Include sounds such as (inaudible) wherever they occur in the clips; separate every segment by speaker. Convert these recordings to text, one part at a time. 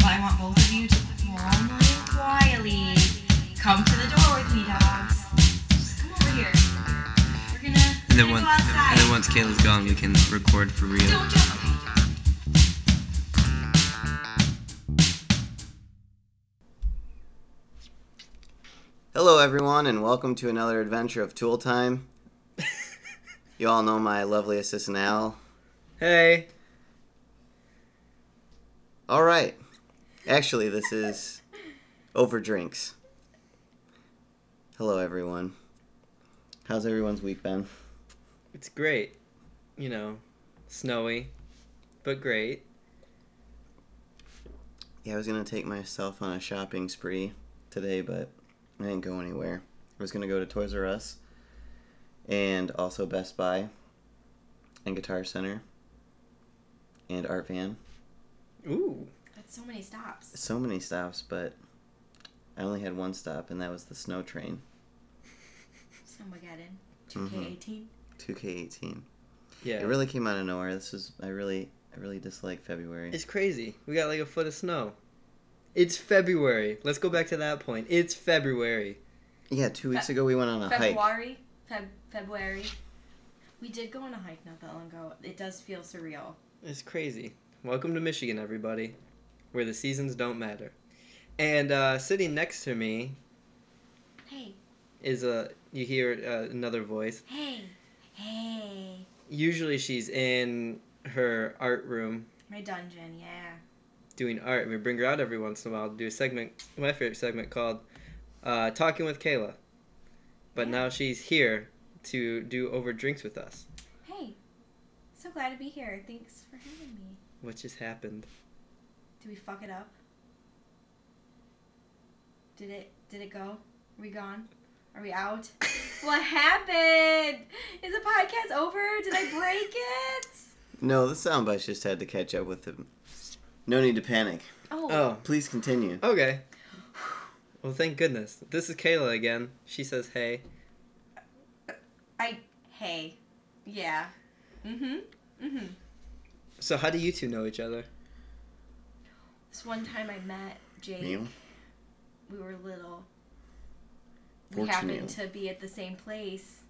Speaker 1: I want both of you to calmly, quietly come to the door with me, dogs. Just come over here. We're gonna,
Speaker 2: And then
Speaker 1: we're
Speaker 2: once,
Speaker 1: gonna go outside.
Speaker 2: and then once Kayla's gone, we can record for real.
Speaker 1: Don't jump.
Speaker 3: Hello, everyone, and welcome to another adventure of Tool Time. you all know my lovely assistant Al.
Speaker 2: Hey.
Speaker 3: All right. Actually, this is Over Drinks. Hello, everyone. How's everyone's week been?
Speaker 2: It's great. You know, snowy, but great.
Speaker 3: Yeah, I was gonna take myself on a shopping spree today, but I didn't go anywhere. I was gonna go to Toys R Us and also Best Buy and Guitar Center and Art Van.
Speaker 4: Ooh.
Speaker 1: That's so many stops.
Speaker 3: so many stops, but I only had one stop, and that was the snow train,
Speaker 1: Snowmageddon.
Speaker 2: Mm-hmm.
Speaker 3: Mhm.
Speaker 1: 2K18.
Speaker 3: 2K18.
Speaker 4: Yeah.
Speaker 3: It really came out of nowhere. This is I really I really dislike February.
Speaker 4: It's crazy. We got like a foot of snow. It's February. Let's go back to that point. It's February.
Speaker 3: yeah, two weeks
Speaker 1: Fe-
Speaker 3: ago we went on a hike.
Speaker 1: February. Feb- February. We did go on a hike not that long ago. It does feel surreal.
Speaker 4: It's crazy. Welcome to Michigan, everybody, where the seasons don't matter. And uh, sitting next to me
Speaker 1: Hey,
Speaker 4: is a. You hear uh, another voice.
Speaker 1: hey, hey.
Speaker 4: Usually she's in her art room
Speaker 1: My dungeon, yeah.
Speaker 4: doing art. We bring her out every once in a while to do a segment, my favorite segment called uh, Talking with Kayla. But now she's here to do over drinks with us.
Speaker 1: Hey, so glad to be here. Thanks for having me.
Speaker 4: What just happened?
Speaker 1: Did we fuck it up? Did it? Did it go? Are we gone? Are we out? What happened? Is the podcast over? Did I break it?
Speaker 3: No, the soundbites just had to catch up with them. No need to panic.
Speaker 1: Oh,
Speaker 4: Oh,
Speaker 3: Please continue.
Speaker 4: okay. Well, thank goodness. This is Kayla again. She says, hey.
Speaker 1: I. Hey, yeah. Mhm. Mhm.
Speaker 4: So, how do you two know each other?
Speaker 1: This one time I met Jake.
Speaker 3: Meal?
Speaker 1: We were little. We
Speaker 3: Fortune
Speaker 1: happened
Speaker 3: meal.
Speaker 1: to be at the same place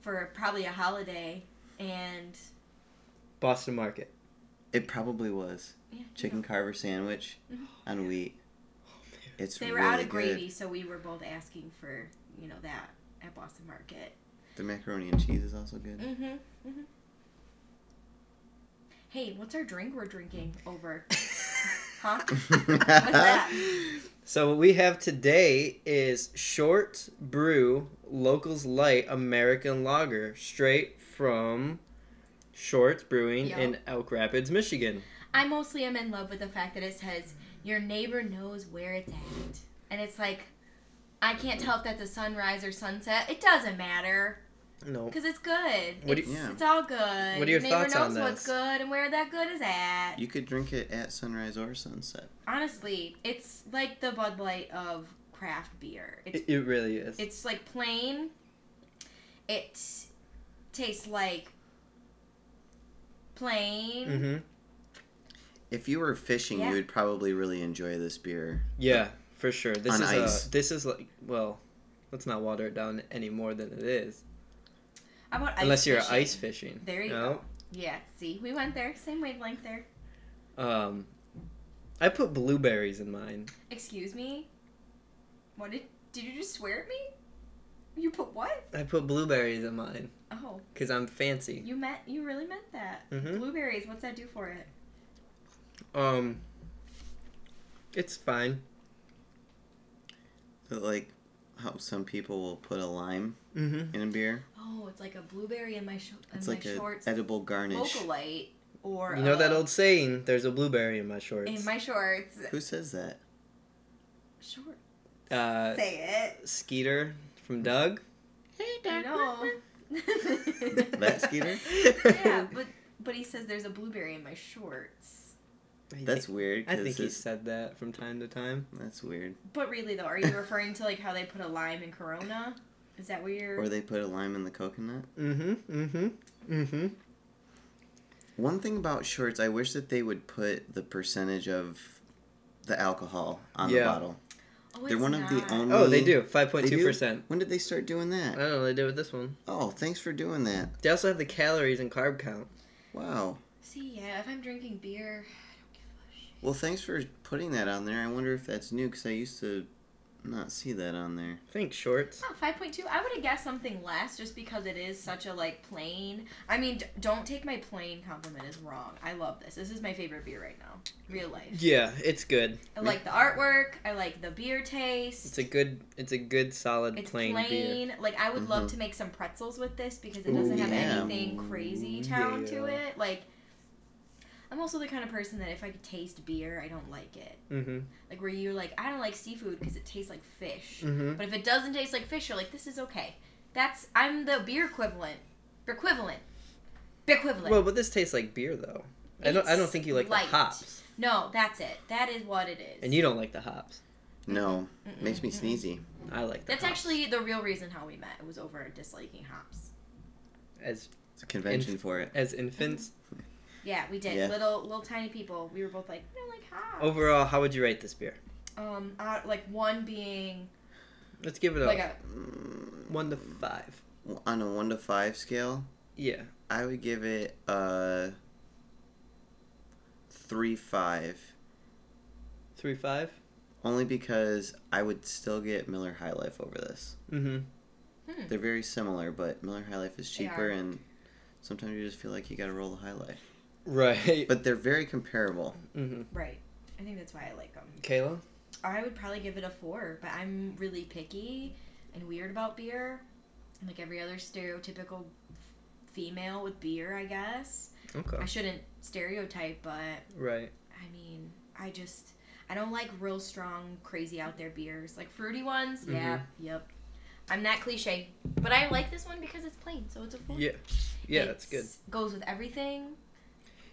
Speaker 1: for probably a holiday, and
Speaker 4: Boston Market.
Speaker 3: It probably was
Speaker 1: yeah, you
Speaker 3: chicken
Speaker 1: know,
Speaker 3: carver sandwich
Speaker 1: Mhm.
Speaker 3: on wheat. It's
Speaker 1: Oh, they were
Speaker 3: really
Speaker 1: out of
Speaker 3: good.
Speaker 1: gravy, so we were both asking for you know that at Boston Market.
Speaker 3: The macaroni and cheese is also
Speaker 1: (laughs)
Speaker 3: good. (laughs)
Speaker 1: Mm-hmm. Mm-hmm. Hey, what's our drink we're drinking over? Huh?
Speaker 3: What's
Speaker 1: that?
Speaker 4: So, what we have today is Short Brew Locals Light American Lager, straight from Short's Brewing
Speaker 1: Yup.
Speaker 4: in Elk Rapids, Michigan.
Speaker 1: I mostly am in love with the fact that it says your neighbor knows where it's at, and it's like I can't tell if that's a sunrise or sunset. It doesn't matter
Speaker 4: No.
Speaker 1: because it's good.
Speaker 4: What do
Speaker 1: it's,
Speaker 4: you-
Speaker 3: Yeah.
Speaker 1: it's all good.
Speaker 4: What are your
Speaker 1: neighbor
Speaker 4: thoughts
Speaker 1: knows
Speaker 4: on
Speaker 1: what's
Speaker 4: this?
Speaker 1: good and where that good is at.
Speaker 3: You could drink it at sunrise or sunset.
Speaker 1: Honestly, it's like the Bud Light of craft beer. It's
Speaker 4: It, it really is.
Speaker 1: It's like plain. It tastes like plain.
Speaker 4: mm-hmm.
Speaker 3: If you were fishing,
Speaker 1: Yeah.
Speaker 3: you would probably really enjoy this beer.
Speaker 4: Yeah, for sure. This
Speaker 3: On
Speaker 4: is
Speaker 3: ice.
Speaker 4: A, this is like well, let's not water it down any more than it is.
Speaker 1: How about ice
Speaker 4: Unless you're
Speaker 1: fishing?
Speaker 4: ice fishing.
Speaker 1: There you
Speaker 4: know?
Speaker 1: Yeah. See, we went there. Same wavelength there.
Speaker 4: Um, I put blueberries in mine.
Speaker 1: Excuse me. What did did you just swear at me? You put what?
Speaker 4: I put blueberries in mine
Speaker 1: Oh,
Speaker 4: because I'm fancy.
Speaker 1: you meant you really meant that.
Speaker 3: Mm-hmm.
Speaker 4: hmm
Speaker 1: Blueberries. What's that do for it?
Speaker 4: Um, it's fine.
Speaker 3: But like how some people will put a lime
Speaker 4: Mm-hmm.
Speaker 3: in a beer.
Speaker 1: Oh, it's like a blueberry in my, sho- in
Speaker 3: It's
Speaker 1: my
Speaker 3: like a
Speaker 1: shorts.
Speaker 3: edible garnish.
Speaker 1: Localite or
Speaker 4: You know that
Speaker 1: uh,
Speaker 4: old saying? There's a blueberry in my shorts.
Speaker 1: in my shorts.
Speaker 3: Who
Speaker 4: (laughs)
Speaker 3: says that?
Speaker 1: Short.
Speaker 4: uh,
Speaker 1: Say it.
Speaker 4: Skeeter from Doug.
Speaker 1: (laughs) I know.
Speaker 3: (laughs)
Speaker 1: (laughs)
Speaker 3: That Skeeter?
Speaker 1: yeah,
Speaker 4: (laughs)
Speaker 1: but but he says there's a blueberry in my shorts.
Speaker 4: I
Speaker 3: That's
Speaker 4: think,
Speaker 3: weird.
Speaker 4: I
Speaker 3: 'cause
Speaker 4: think he
Speaker 3: this-
Speaker 4: said that from time to time.
Speaker 3: that's weird.
Speaker 1: But really though, are you referring to like how they put a lime in Corona? Is that what you're?
Speaker 3: Or they put a lime in the coconut.
Speaker 4: Mm-hmm. Mm-hmm. Mm-hmm.
Speaker 3: One thing about shorts, I wish that they would put the percentage of the alcohol on the
Speaker 4: Yeah.
Speaker 3: bottle.
Speaker 1: Oh,
Speaker 3: They're
Speaker 1: it's
Speaker 3: one of the
Speaker 1: not.
Speaker 3: only.
Speaker 4: Oh, they do. Uh,
Speaker 3: They
Speaker 4: 5.2%.
Speaker 3: do?
Speaker 4: I
Speaker 3: When did they start doing that?
Speaker 4: don't know, they did with this one.
Speaker 3: Oh, thanks for doing that.
Speaker 4: They also have the calories and carb count.
Speaker 3: Wow.
Speaker 1: See, yeah, if I'm drinking beer, I don't give a shit.
Speaker 3: Well, thanks for putting that on there. I wonder if that's new because I used to not see that on there.
Speaker 4: Thanks, shorts.
Speaker 1: Oh, 5.2. I would have guessed something less just because it is such a like plain. I mean, d- don't take my plain compliment as wrong. I love this. This is my favorite beer right now. Real life.
Speaker 4: Yeah, it's good.
Speaker 1: I like the artwork. I like the beer taste.
Speaker 4: It's a good. It's a good solid
Speaker 1: It's plain.
Speaker 4: plain, beer. Mm-hmm.
Speaker 1: Like I would
Speaker 3: Mhm.
Speaker 1: love to make some pretzels with this because it
Speaker 4: Ooh,
Speaker 1: doesn't have
Speaker 3: yeah.
Speaker 1: anything crazy
Speaker 4: Ooh,
Speaker 1: town to
Speaker 4: yeah.
Speaker 1: it. Like I'm also the kind of person that if I could taste beer, I don't like it.
Speaker 4: Mm-hmm.
Speaker 1: Like where you're like, I don't like seafood because it tastes like fish.
Speaker 4: Mm-hmm.
Speaker 1: But if it doesn't taste like fish, you're like, this is okay. That's I'm the beer equivalent. Equivalent. Equivalent.
Speaker 4: Well, but this tastes like beer though. I don't. I don't
Speaker 1: It's
Speaker 4: think you like
Speaker 1: light.
Speaker 4: the hops,
Speaker 1: no, that's it. That is what it is.
Speaker 4: and you don't like the hops.
Speaker 3: No,
Speaker 1: Mm-mm,
Speaker 3: makes me
Speaker 1: mm-mm.
Speaker 3: sneezy.
Speaker 4: I like the
Speaker 1: That's
Speaker 4: hops.
Speaker 1: actually the real reason how we met. It was over disliking hops.
Speaker 4: as
Speaker 3: It's a convention
Speaker 4: Inf-
Speaker 3: for it.
Speaker 4: as infants.
Speaker 1: Yeah, we did.
Speaker 3: Yeah.
Speaker 1: Little little tiny people. We were both like, we don't like hops.
Speaker 4: Overall, how would you rate this beer?
Speaker 1: Um, uh, like one being
Speaker 4: Let's give it a
Speaker 1: like a
Speaker 3: Mm,
Speaker 4: one to five.
Speaker 3: On a one to five scale,
Speaker 4: Yeah.
Speaker 3: I would give it a three five,
Speaker 4: Three five.
Speaker 3: only because I would still get Miller High Life over this.
Speaker 4: Mm-hmm.
Speaker 1: hmm.
Speaker 3: They're very similar, but Miller High Life is
Speaker 1: They
Speaker 3: cheaper,
Speaker 1: are.
Speaker 3: and sometimes you just feel like you got to roll the High Life.
Speaker 4: Right.
Speaker 3: But they're very comparable.
Speaker 4: mm-hmm.
Speaker 1: right. I think that's why I like them.
Speaker 4: Kayla.
Speaker 1: I would probably give it a four, but I'm really picky and weird about beer. I'm like every other stereotypical female with beer, I guess.
Speaker 4: Okay.
Speaker 1: I shouldn't stereotype, but
Speaker 4: Right.
Speaker 1: I mean, I just I don't like real strong, crazy out there beers. Like fruity ones,
Speaker 4: Mm-hmm.
Speaker 1: yeah, yep. I'm not cliche, but I like this one because it's plain, so it's a four.
Speaker 4: Yeah. Yeah, that's good.
Speaker 1: It's- Goes with everything.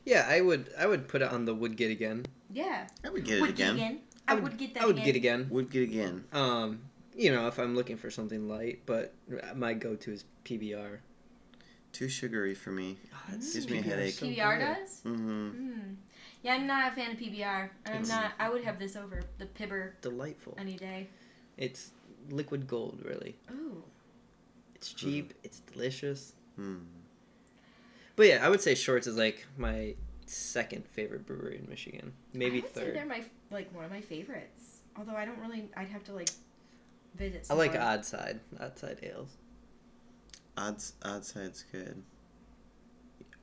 Speaker 4: Yeah, I would. I would put it on the would get again.
Speaker 1: Yeah.
Speaker 3: I would get it
Speaker 1: would
Speaker 3: again.
Speaker 1: Get again. I, would, get that.
Speaker 4: I would
Speaker 1: again.
Speaker 4: get again.
Speaker 3: Would get again.
Speaker 4: Um, you know, if I'm looking for something light, but my go-to is PBR.
Speaker 3: Too sugary for me.
Speaker 1: Ah, that's-
Speaker 3: Gives me a headache.
Speaker 4: so
Speaker 1: PBR
Speaker 4: good.
Speaker 1: does.
Speaker 3: Mm-hmm.
Speaker 1: Hmm. Yeah, I'm not a fan of PBR. I'm
Speaker 3: It's-
Speaker 1: not. I would have this over the Pibber
Speaker 4: Delightful.
Speaker 1: any day.
Speaker 4: It's liquid gold, really.
Speaker 1: Ooh.
Speaker 4: It's cheap. It's delicious.
Speaker 3: Mm.
Speaker 4: But yeah, I would say Shorts is like my second favorite brewery in Michigan. Maybe
Speaker 1: I would Say they're
Speaker 4: third.
Speaker 1: my like one of my favorites. Although I don't really. I'd have to like visit.
Speaker 4: I like
Speaker 1: someone.
Speaker 4: Odd Side. Odd Side ales.
Speaker 3: Odds, odd side's good.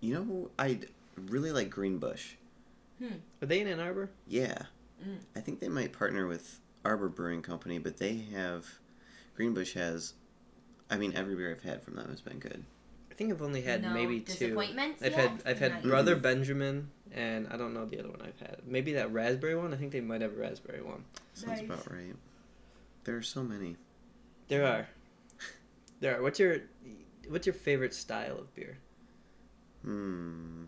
Speaker 3: You know who I really like? Greenbush.
Speaker 1: Hmm.
Speaker 4: Are they in Ann Arbor?
Speaker 3: Yeah.
Speaker 1: Mm.
Speaker 3: I think they might partner with Arbor Brewing Company, but they have Greenbush has. I mean, every beer I've had from them has been good.
Speaker 4: I think I've only had
Speaker 1: No
Speaker 4: maybe two.
Speaker 1: disappointments
Speaker 4: I've
Speaker 1: yet?
Speaker 4: had I've had
Speaker 1: Nice.
Speaker 4: Brother Benjamin and I don't know the other one I've had. Maybe that raspberry one. I think they might have a raspberry one.
Speaker 3: Sounds
Speaker 1: Nice.
Speaker 3: about right. There are so many.
Speaker 4: There are. There are. What's your what's your favorite style of
Speaker 3: (laughs)
Speaker 4: beer?
Speaker 3: Hmm.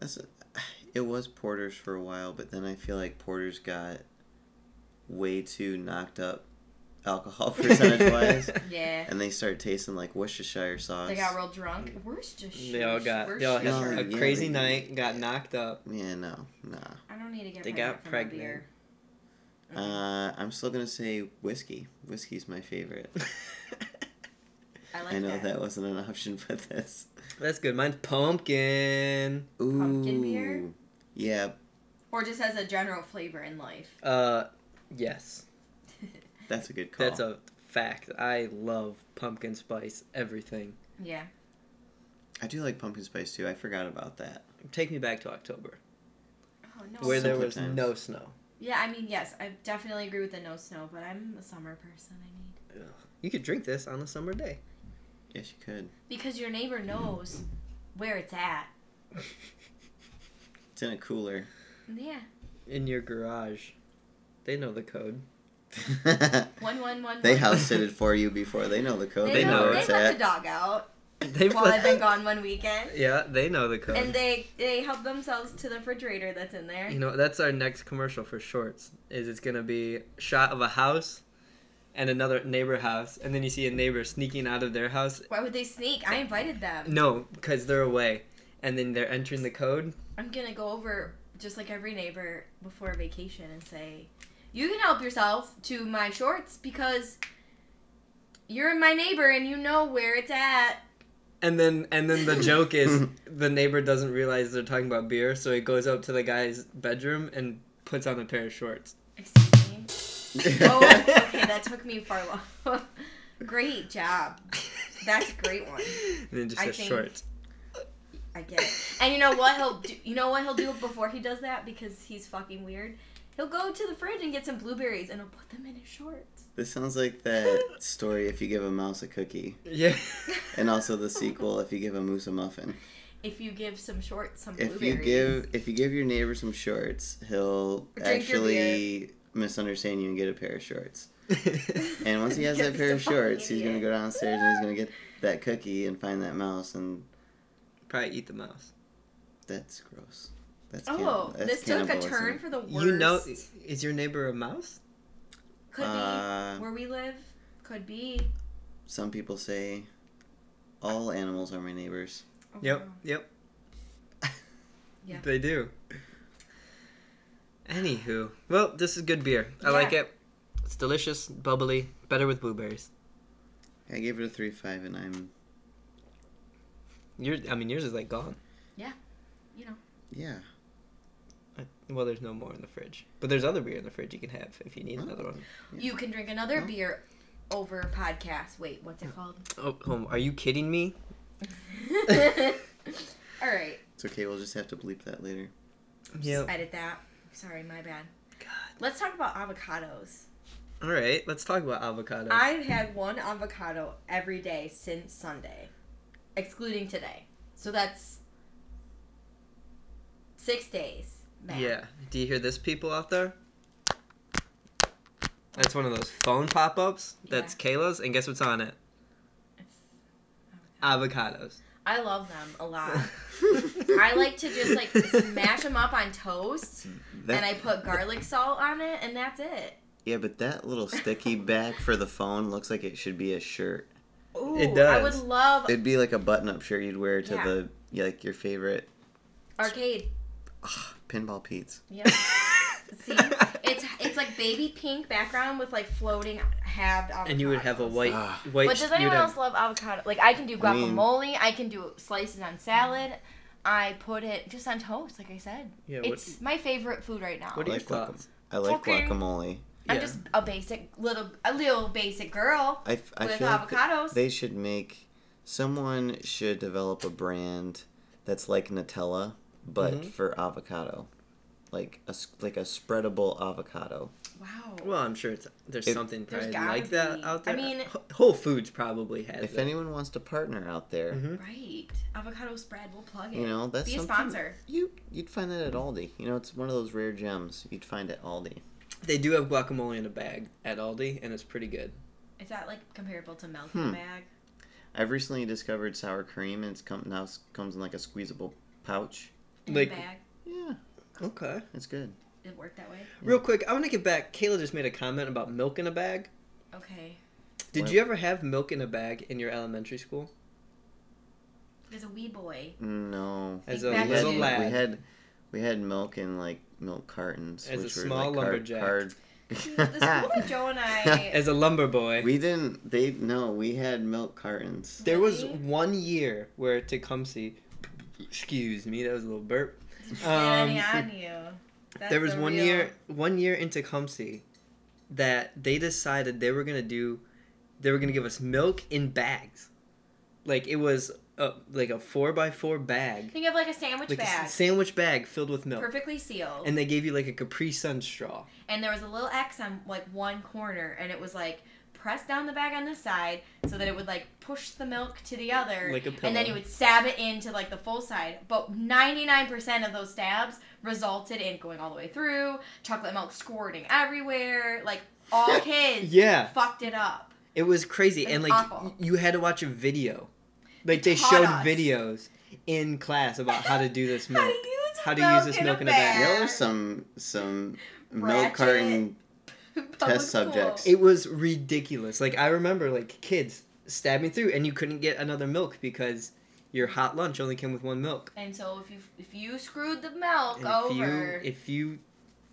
Speaker 3: That's (sighs) it was porters for a while, but then I feel like porters got way too knocked up alcohol (laughs) percentage
Speaker 1: (laughs)
Speaker 3: wise,
Speaker 1: Yeah.
Speaker 3: and they start tasting like Worcestershire sauce.
Speaker 1: They got real drunk. Where's just?
Speaker 4: They all got they all had
Speaker 3: No,
Speaker 4: a
Speaker 3: yeah,
Speaker 4: crazy
Speaker 3: they-
Speaker 4: night, got knocked up. (laughs)
Speaker 3: yeah, no, nah.
Speaker 1: I don't need to get.
Speaker 4: They
Speaker 1: pregnant
Speaker 4: got
Speaker 1: from a
Speaker 4: pregnant.
Speaker 1: beer. Mm-hmm.
Speaker 3: Uh, I'm still gonna say whiskey. Whiskey's my favorite.
Speaker 1: (laughs) I like
Speaker 3: I know that. wasn't an option, but that's
Speaker 4: That's good. Mine's pumpkin.
Speaker 3: ooh,
Speaker 1: Pumpkin beer?
Speaker 3: yeah,
Speaker 1: Or just as a general flavor in life.
Speaker 4: Uh, yes,
Speaker 3: that's a good call.
Speaker 4: that's a fact. I love pumpkin spice everything.
Speaker 1: Yeah.
Speaker 3: I do like pumpkin spice too. I forgot about that.
Speaker 4: Take me back to October,
Speaker 1: Oh no.
Speaker 4: where there
Speaker 3: Simpler
Speaker 4: was
Speaker 3: times.
Speaker 4: no snow.
Speaker 1: Yeah, I mean, yes, I definitely agree with the no snow, but I'm a summer person. I need
Speaker 4: You could drink this on a summer day.
Speaker 3: Yes, you could.
Speaker 1: because your neighbor knows where it's at.
Speaker 3: It's in a
Speaker 1: (laughs)
Speaker 3: cooler.
Speaker 1: Yeah,
Speaker 4: In your garage, they know the code. (laughs)
Speaker 1: one one one.
Speaker 3: they
Speaker 1: one.
Speaker 3: house sitted for you before. They know the code.
Speaker 1: They,
Speaker 3: They, know where
Speaker 1: know. They
Speaker 3: it's
Speaker 1: let the
Speaker 3: at. (laughs)
Speaker 1: dog out
Speaker 4: They've
Speaker 1: while
Speaker 4: let- (laughs)
Speaker 1: I've been gone one weekend,
Speaker 4: Yeah, they know the code.
Speaker 1: and they they help themselves to the refrigerator that's in there.
Speaker 4: You know, that's our next commercial for shorts. Is it's gonna be shot of a house and another neighbor house, and then you see a neighbor sneaking out of their house.
Speaker 1: Why would they sneak? I invited them.
Speaker 4: No, because they're away, and then they're entering the code,
Speaker 1: I'm gonna go over just like every neighbor before vacation and say, "You can help yourself to my shorts because you're my neighbor and you know where it's at."
Speaker 4: And then and then the joke is the neighbor doesn't realize they're talking about beer, so he goes up to the guy's bedroom and puts on a pair of shorts.
Speaker 3: (laughs)
Speaker 1: Excuse me. Oh, okay, that took me far long. (laughs) great job. That's a great one.
Speaker 4: (laughs) And then just
Speaker 1: I
Speaker 4: says
Speaker 1: think-
Speaker 4: shorts.
Speaker 1: I get it. And you know what he'll do? You know what he'll do before he does that because he's fucking weird. He'll go to the fridge and get some blueberries and he'll put them in his shorts.
Speaker 3: This sounds like that story if you give a mouse a cookie,
Speaker 1: (laughs)
Speaker 4: Yeah. (laughs)
Speaker 3: and also the sequel if you give a moose a muffin.
Speaker 1: If you give some shorts some
Speaker 3: If
Speaker 1: blueberries.
Speaker 3: you give if you give your neighbor some shorts, he'll
Speaker 1: your
Speaker 3: actually misunderstand you and get a pair of shorts. And once
Speaker 1: (laughs)
Speaker 3: he has
Speaker 1: Yeah,
Speaker 3: that
Speaker 1: he's
Speaker 3: pair
Speaker 1: a
Speaker 3: of
Speaker 1: fucking
Speaker 3: shorts, he's gonna
Speaker 1: idiot.
Speaker 3: go downstairs and he's gonna get that cookie and find that mouse, and
Speaker 4: Probably eat the mouse.
Speaker 3: that's gross. That's canni-
Speaker 1: Oh,
Speaker 3: that's
Speaker 1: this took a
Speaker 3: cannibalism.
Speaker 1: turn for the worst.
Speaker 4: You know is your neighbor a mouse?
Speaker 1: could
Speaker 3: Uh,
Speaker 1: be where we live. Could be.
Speaker 3: Some people say all animals are my neighbors.
Speaker 1: Oh,
Speaker 4: Yep.
Speaker 1: wow.
Speaker 4: Yep.
Speaker 1: Yeah.
Speaker 4: (laughs) They do. Anywho. Well, this is good beer. I like
Speaker 1: Yeah.
Speaker 4: it. It's delicious, bubbly, better with blueberries.
Speaker 3: I gave it a three five, and I'm
Speaker 4: Your I mean yours is like gone.
Speaker 1: You know.
Speaker 3: yeah.
Speaker 4: Well, there's no more in the fridge. But there's other beer in the fridge you can have if you need another one.
Speaker 1: You can drink another
Speaker 3: No.
Speaker 1: beer over podcast. Wait, what's
Speaker 3: (laughs)
Speaker 1: it called? (laughs)
Speaker 4: Oh, oh, are you kidding me?
Speaker 1: All right.
Speaker 3: It's okay. We'll just have to bleep that later.
Speaker 4: Yep.
Speaker 1: Edit that. Sorry, my bad.
Speaker 4: God.
Speaker 1: Let's talk about avocados.
Speaker 4: All right, let's talk about avocado.
Speaker 1: I've had one avocado every day since Sunday, excluding today. So that's six days. Matt.
Speaker 4: yeah. Do you hear this, people out there? That's one of those phone pop-ups. That's Kayla's, and guess what's on it? Avocados.
Speaker 1: I love them
Speaker 4: (laughs)
Speaker 1: a lot. (laughs) I like to just like smash them up on toast,
Speaker 3: That-
Speaker 1: and I put garlic salt on it, and that's it.
Speaker 3: Yeah, but that little (laughs) sticky back for the phone looks like it should be a shirt.
Speaker 1: Ooh,
Speaker 4: It
Speaker 1: I
Speaker 4: does.
Speaker 1: would love
Speaker 3: It'd be like a button-up shirt you'd wear to
Speaker 1: Yeah.
Speaker 3: the yeah, like your favorite
Speaker 1: arcade.
Speaker 3: pinball Pete's.
Speaker 4: (laughs)
Speaker 1: Yeah. See, it's it's like baby pink background with like floating halved avocados.
Speaker 4: and you would have a white,
Speaker 3: Ah.
Speaker 4: white.
Speaker 1: But does anyone
Speaker 4: you'd have-
Speaker 1: else love avocado? Like I can do
Speaker 3: I mean-
Speaker 1: guacamole. I, can do slices on salad. I put it just on toast, like I said.
Speaker 4: Yeah. What,
Speaker 1: It's my favorite food right now.
Speaker 4: what are
Speaker 3: I
Speaker 4: your
Speaker 3: like guacam-
Speaker 4: thoughts?
Speaker 3: I like
Speaker 1: Fucking-
Speaker 3: guacamole.
Speaker 1: I'm
Speaker 4: yeah.
Speaker 1: just a basic little, a little basic girl
Speaker 3: I, f- I
Speaker 1: with
Speaker 3: feel like th-
Speaker 1: avocados.
Speaker 3: they should make someone should develop a brand that's like Nutella but
Speaker 4: Mhm.
Speaker 3: for avocado. Like a s- like a spreadable avocado.
Speaker 1: wow.
Speaker 4: Well, I'm sure it's there's
Speaker 3: It-
Speaker 4: something
Speaker 1: There's
Speaker 4: probably
Speaker 1: gotta
Speaker 4: like that
Speaker 1: be.
Speaker 4: out
Speaker 1: I
Speaker 4: there.
Speaker 1: mean-
Speaker 4: Wh- Whole Foods probably has
Speaker 3: If
Speaker 4: it.
Speaker 3: anyone wants to partner out there,
Speaker 4: Mhm.
Speaker 1: right. Avocado spread. We'll plug it.
Speaker 3: you know, that's
Speaker 1: Be a
Speaker 3: something
Speaker 1: sponsor.
Speaker 3: You you'd find that at Aldi. You know, it's one of those rare gems you'd find at Aldi.
Speaker 4: They do have guacamole in a bag at Aldi, and it's pretty good.
Speaker 1: Is that like comparable to milk
Speaker 3: Hmm.
Speaker 1: bag?
Speaker 3: I've recently discovered sour cream, and it's come now s- comes in like a squeezable pouch.
Speaker 1: In
Speaker 4: Like-
Speaker 1: a bag.
Speaker 3: Yeah,
Speaker 4: Okay.
Speaker 3: it's good.
Speaker 1: It worked that way.
Speaker 4: Real quick, I want to get back. Kayla just made a comment about milk in a bag.
Speaker 1: Okay.
Speaker 4: Did
Speaker 3: What?
Speaker 4: you ever have milk in a bag in your elementary school?
Speaker 1: There's a wee boy.
Speaker 4: (laughs)
Speaker 3: No,
Speaker 4: As
Speaker 1: Like
Speaker 4: a
Speaker 1: back
Speaker 3: we had,
Speaker 4: little
Speaker 1: in-
Speaker 4: lad.
Speaker 3: we had we had milk in like milk cartons,
Speaker 4: As a
Speaker 3: which
Speaker 4: small
Speaker 3: were like
Speaker 4: lumberjack.
Speaker 1: (laughs)
Speaker 3: card.
Speaker 1: The school that (laughs) Joe
Speaker 4: (laughs)
Speaker 1: and I.
Speaker 4: As a lumber boy.
Speaker 3: we didn't. They no. We had milk cartons.
Speaker 4: there was
Speaker 1: Really?
Speaker 4: one year where Tecumseh, excuse me, that was a little burp.
Speaker 1: Danny
Speaker 4: Um,
Speaker 1: on you. That's
Speaker 4: there was
Speaker 1: the
Speaker 4: one
Speaker 1: real-
Speaker 4: year, one year in Tecumseh, that they decided they were gonna do, they were gonna give us milk in bags, like it was a, like a four by four bag,
Speaker 1: Think of like a sandwich
Speaker 4: like a
Speaker 1: bag,
Speaker 4: s- sandwich bag filled with milk,
Speaker 1: perfectly sealed, and,
Speaker 4: and they gave you like a Capri Sun straw.
Speaker 1: there was a little X on like one corner, and it was like press down the bag on this side so that it would like push the milk to the other,
Speaker 4: Like a
Speaker 1: and then
Speaker 4: pillow.
Speaker 1: you would stab it into like the full side. But ninety nine percent of those stabs resulted in going all the way through, chocolate milk squirting everywhere, like
Speaker 4: (laughs)
Speaker 1: all kids
Speaker 4: Yeah,
Speaker 1: fucked it up.
Speaker 4: It was crazy,
Speaker 1: It
Speaker 4: and
Speaker 1: was
Speaker 4: like
Speaker 1: awful.
Speaker 4: you had to watch a video. Like they
Speaker 1: taught
Speaker 4: showed
Speaker 1: us.
Speaker 4: videos in class about how to do
Speaker 1: (laughs)
Speaker 4: this milk.
Speaker 1: How to use,
Speaker 4: How to use this milk in a bag.
Speaker 3: There were some some milk
Speaker 1: Ratchet.
Speaker 3: carton.
Speaker 1: (laughs) Public
Speaker 3: test subjects.
Speaker 4: it was ridiculous. Like I remember, like kids stabbing through, and you couldn't get another milk because your hot lunch only came with one milk.
Speaker 1: And so if you if you screwed the milk
Speaker 4: And if
Speaker 1: over,
Speaker 4: you if you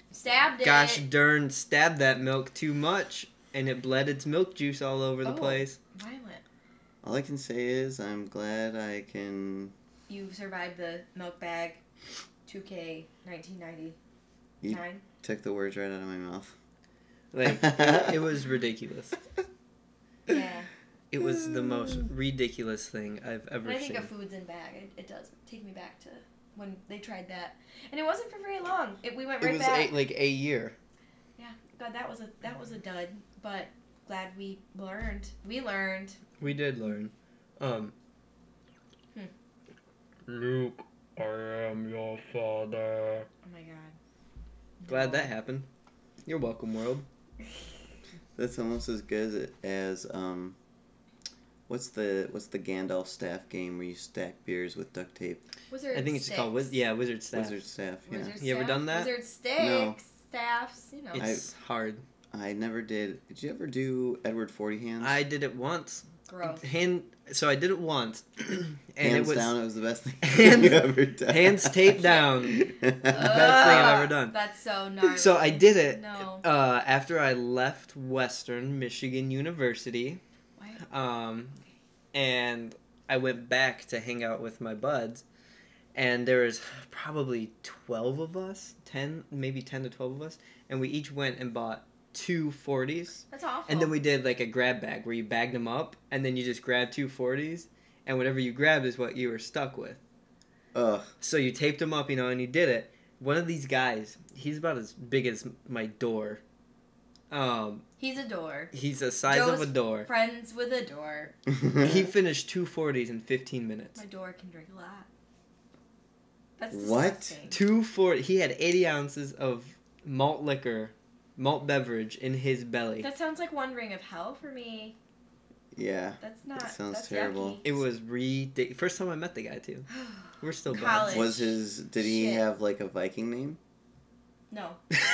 Speaker 1: stabbed
Speaker 4: gosh
Speaker 1: it.
Speaker 4: darn stabbed that milk too much and it bled its milk juice all over the
Speaker 1: Oh.
Speaker 4: place.
Speaker 1: Violent.
Speaker 3: All I can say is I'm glad I can
Speaker 1: You survived the milk bag. 2K 1999.
Speaker 3: took the words right out of my
Speaker 1: (laughs)
Speaker 3: mouth.
Speaker 4: Like it, it was ridiculous. (laughs)
Speaker 1: Yeah.
Speaker 4: It was the most
Speaker 1: (sighs)
Speaker 4: ridiculous thing I've
Speaker 1: When
Speaker 4: ever
Speaker 1: I think
Speaker 4: seen.
Speaker 1: of foods in bag, it, it does take me back to when they tried that, and it wasn't for very long. It, we went
Speaker 4: It
Speaker 1: right
Speaker 4: was
Speaker 1: back.
Speaker 4: a, like a year.
Speaker 1: Yeah, God, that was a that was a dud. But glad we learned. We learned.
Speaker 4: We did learn. Um
Speaker 1: Hmm.
Speaker 4: Luke, I am your father.
Speaker 1: Oh my God.
Speaker 4: Glad that happened. You're welcome, world.
Speaker 3: That's almost as good as um, what's the what's the Gandalf staff game where you stack beers with duct tape?
Speaker 1: Wizard.
Speaker 4: I think it's just called
Speaker 1: sticks.
Speaker 4: wiz- yeah, wizard staff.
Speaker 3: Wizard staff. Yeah,
Speaker 1: Wizard
Speaker 4: You ever
Speaker 1: staff-
Speaker 4: done that?
Speaker 1: Wizard sticks,
Speaker 3: No.
Speaker 1: staffs. You know.
Speaker 4: It's hard.
Speaker 3: I never did. Did you ever do Edward Forty Hands?
Speaker 4: I did it once. (laughs)
Speaker 1: gross.
Speaker 4: Hand so I did it once. (clears throat) and
Speaker 3: hands
Speaker 4: it was
Speaker 3: down. It was the best thing
Speaker 4: (laughs) Hands-
Speaker 3: (laughs) you ever done.
Speaker 4: hands
Speaker 3: (laughs)
Speaker 4: taped down. Best thing I've ever done.
Speaker 1: That's so
Speaker 4: (laughs)
Speaker 1: gnarly.
Speaker 4: So I did it (laughs)
Speaker 1: No.
Speaker 4: uh, after I left Western Michigan University,
Speaker 1: What?
Speaker 4: um, and I went back to hang out with my buds, and there was probably twelve of us, ten maybe ten to twelve of us, and we each went and bought two forties,
Speaker 1: That's awful.
Speaker 4: and then we did like a grab bag where you bagged them up, and then you just grabbed two forties, and whatever you grabbed is what you were stuck with.
Speaker 3: Ugh.
Speaker 4: So you taped him up, you know, and you did it. One of these guys, he's about as big as my door. Um,
Speaker 1: He's a door.
Speaker 4: he's the size of a
Speaker 1: Joe's
Speaker 4: door.
Speaker 1: Friends with a door.
Speaker 3: Mm-hmm.
Speaker 4: He finished two forties in fifteen minutes.
Speaker 1: My door can drink a lot. That's
Speaker 3: What?
Speaker 1: disgusting.
Speaker 4: Two forty. He had eighty ounces of malt liquor, malt beverage in his belly.
Speaker 1: That sounds like one ring of hell for me.
Speaker 3: (laughs) yeah.
Speaker 1: That's not.
Speaker 3: That sounds
Speaker 1: that's
Speaker 3: terrible.
Speaker 1: yucky.
Speaker 4: It was ridiculous. First time I met the guy too. We're still
Speaker 1: College.
Speaker 3: Was his? Did he
Speaker 1: Shit.
Speaker 3: have like a Viking name?
Speaker 1: (gasps) no.
Speaker 4: buds. (laughs)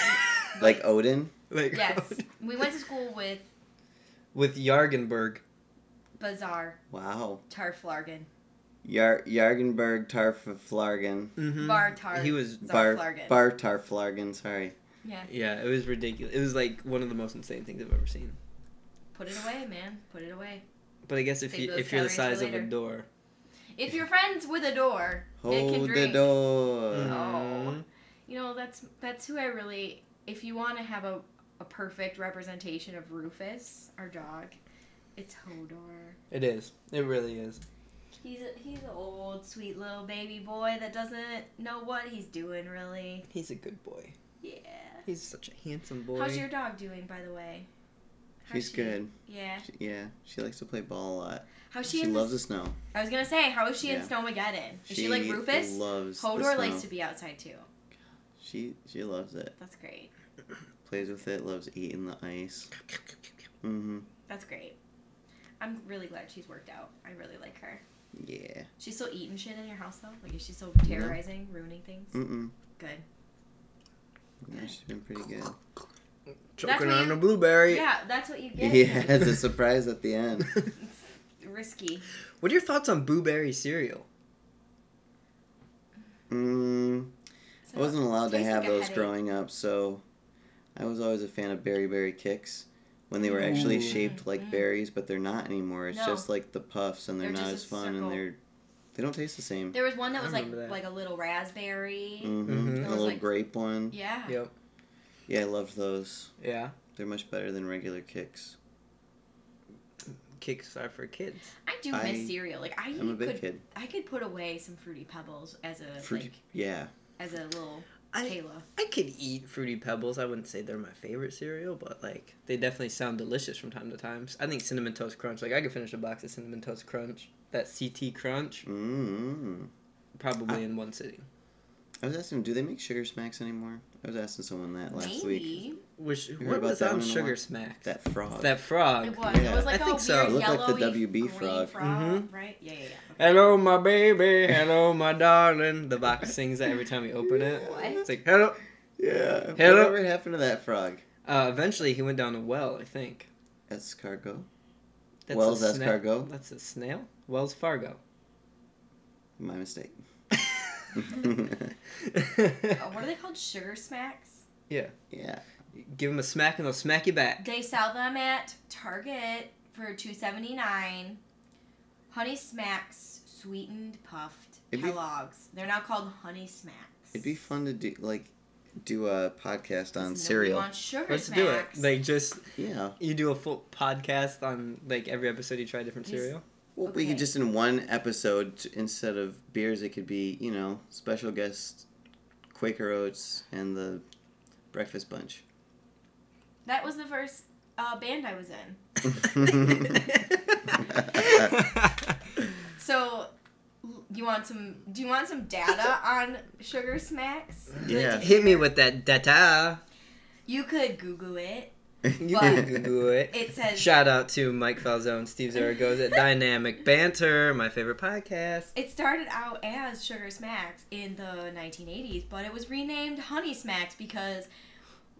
Speaker 3: Like Odin?
Speaker 4: like
Speaker 1: Yes.
Speaker 3: (laughs)
Speaker 1: We went to school with
Speaker 4: (laughs) with Jargenberg.
Speaker 1: Bazaar
Speaker 3: Wow.
Speaker 1: Tarflargen.
Speaker 3: Yar- Jargenberg Tarflargen.
Speaker 4: Mhm.
Speaker 1: Bar tar.
Speaker 4: He was.
Speaker 3: Bar
Speaker 1: Zarflargen.
Speaker 3: Bar Tarflargen. Sorry.
Speaker 1: Yeah.
Speaker 4: Yeah, it was ridiculous. It was like one of the most insane things I've ever seen.
Speaker 1: Put it away, man. Put it away.
Speaker 4: But I guess if
Speaker 1: Save
Speaker 4: you
Speaker 1: those
Speaker 4: if you're the size
Speaker 1: calories for
Speaker 4: of a
Speaker 1: later.
Speaker 4: door,
Speaker 1: If you're friends with a door, it can
Speaker 3: Hold the
Speaker 1: drink.
Speaker 3: door.
Speaker 4: Mm-hmm.
Speaker 1: Oh. You know, that's that's who I really. If you want to have a, a perfect representation of Rufus, our dog, it's Hodor.
Speaker 4: it is. It really is.
Speaker 1: He's a, he's an old sweet little baby boy that doesn't know what he's doing really.
Speaker 4: He's a good boy.
Speaker 1: Yeah.
Speaker 4: He's such a handsome boy.
Speaker 1: How's your dog doing, by the way? How's
Speaker 3: She's
Speaker 1: she-
Speaker 3: good.
Speaker 1: Yeah.
Speaker 3: She- yeah, she likes to play ball a lot.
Speaker 1: How's she?
Speaker 3: She
Speaker 1: in
Speaker 3: loves
Speaker 1: this-
Speaker 3: the snow.
Speaker 1: I was gonna say, how is she in
Speaker 3: Yeah.
Speaker 1: Snowmageddon? Is she, like Rufus?
Speaker 3: Loves the
Speaker 1: Hodor likes
Speaker 3: snow.
Speaker 1: to be outside too.
Speaker 3: She she loves it.
Speaker 1: That's great.
Speaker 3: Plays with it. Loves eating the ice. Mm-hmm.
Speaker 1: That's great. I'm really glad she's worked out. I really like her.
Speaker 3: Mm-hmm. Yeah.
Speaker 1: She's still eating shit in your house though. Like is she still terrorizing, ruining things?
Speaker 3: Mm-mm.
Speaker 1: Good.
Speaker 3: Yeah, she's been pretty good.
Speaker 1: That's
Speaker 4: choking
Speaker 1: what
Speaker 4: on
Speaker 1: you-
Speaker 4: a blueberry?
Speaker 1: Yeah, that's what you
Speaker 3: (laughs) Yeah,
Speaker 1: get.
Speaker 3: it's a surprise at the end.
Speaker 4: (laughs)
Speaker 1: Risky.
Speaker 4: what are your thoughts on blueberry cereal?
Speaker 3: Mm, I
Speaker 1: So-
Speaker 3: wasn't allowed to
Speaker 1: tastes
Speaker 3: have
Speaker 1: like a
Speaker 3: those
Speaker 1: headache.
Speaker 3: growing up, so I was always a fan of Berry Berry Kicks when they were actually
Speaker 4: Ooh.
Speaker 3: shaped like
Speaker 1: Mm.
Speaker 3: berries, but they're not anymore. It's
Speaker 1: No.
Speaker 3: just like the puffs, and they're,
Speaker 1: They're
Speaker 3: not as
Speaker 1: just a
Speaker 3: fun,
Speaker 1: circle.
Speaker 3: and they're they don't taste the same.
Speaker 1: There was one that
Speaker 4: I
Speaker 1: was like
Speaker 4: remember that.
Speaker 1: like a little raspberry.
Speaker 3: Mm-hmm.
Speaker 4: Mhm.
Speaker 3: A
Speaker 1: Those,
Speaker 3: little
Speaker 1: like-
Speaker 3: grape one.
Speaker 1: Yeah.
Speaker 4: Yep.
Speaker 3: Yeah, I loved those.
Speaker 4: Yeah.
Speaker 3: They're much better than regular kicks.
Speaker 4: Kicks are for kids.
Speaker 1: I do
Speaker 3: I-
Speaker 1: miss cereal. Like I
Speaker 3: I'm a big
Speaker 1: could
Speaker 3: kid.
Speaker 1: I could put away some fruity pebbles as a
Speaker 3: Fruity,
Speaker 1: like
Speaker 3: yeah.
Speaker 1: as a little
Speaker 4: I-
Speaker 1: Kayla.
Speaker 4: I could eat Fruity Pebbles. I wouldn't say they're my favorite cereal, but like they definitely sound delicious from time to time. I think Cinnamon Toast Crunch. Like I could finish a box of Cinnamon Toast Crunch. That CT Crunch,
Speaker 3: Mm-hmm.
Speaker 4: probably in one sitting.
Speaker 3: I was asking, do they make sugar smacks anymore? I was asking someone that last week.
Speaker 1: Maybe
Speaker 4: Which
Speaker 3: heard
Speaker 4: what
Speaker 3: about
Speaker 4: was
Speaker 3: that
Speaker 4: on
Speaker 3: one in a
Speaker 4: Sugar
Speaker 3: while?
Speaker 4: Smack?
Speaker 3: That frog.
Speaker 4: That frog.
Speaker 1: it was.
Speaker 3: Yeah.
Speaker 1: It was like
Speaker 4: I
Speaker 1: a
Speaker 4: think so.
Speaker 1: weird
Speaker 4: It
Speaker 3: looked like the
Speaker 1: yellowy
Speaker 3: WB
Speaker 1: green
Speaker 3: frog.
Speaker 4: Mhm.
Speaker 1: Right? Yeah, yeah, yeah.
Speaker 4: Hello, my
Speaker 1: (laughs)
Speaker 4: baby. Hello, my darling. The box sings that every time you open it.
Speaker 1: What?
Speaker 4: It's like hello.
Speaker 3: Yeah.
Speaker 4: Hello?
Speaker 3: Whatever happened to that frog?
Speaker 4: Uh, eventually, he went down a well. I think.
Speaker 3: Escargot.
Speaker 4: That's
Speaker 3: Wells
Speaker 4: a sna-
Speaker 3: Escargot? (laughs)
Speaker 4: That's a snail. Wells Fargo.
Speaker 3: My mistake. (laughs)
Speaker 1: Oh, what are they called? Sugar smacks?
Speaker 3: yeah.
Speaker 4: Give them a smack and they'll smack you back.
Speaker 1: They sell them at Target for two seventy nine. Honey Smacks, sweetened, puffed
Speaker 3: It'd be-
Speaker 1: Kellogg's. They're now called Honey Smacks.
Speaker 3: It'd be fun to do like do a podcast on
Speaker 1: Nobody
Speaker 3: cereal.
Speaker 1: wants sugar
Speaker 4: Let's do it.
Speaker 1: smacks.
Speaker 4: Like just
Speaker 3: Yeah.
Speaker 4: you do a full podcast on like every episode you try a different
Speaker 1: Just-
Speaker 3: (laughs)
Speaker 4: cereal. (laughs)
Speaker 3: Well, we
Speaker 1: Okay.
Speaker 3: could just in one episode t- instead of beers, it could be you know special guest Quaker Oats and the Breakfast
Speaker 1: (laughs)
Speaker 3: Bunch. (laughs)
Speaker 1: that was the first uh, band I was in. So, l- you want some? Do you want some data on sugar smacks?
Speaker 3: yeah.
Speaker 4: Hit me with that data.
Speaker 1: You could Google it.
Speaker 4: You
Speaker 1: But-
Speaker 4: can Google it.
Speaker 1: (laughs) It says
Speaker 4: Shout out to Mike Falzone, Steve
Speaker 1: (laughs)
Speaker 4: Zaragoza, Dynamic Banter, my favorite podcast.
Speaker 1: It started out as Sugar Smacks in the 1980s, but it was renamed Honey Smacks because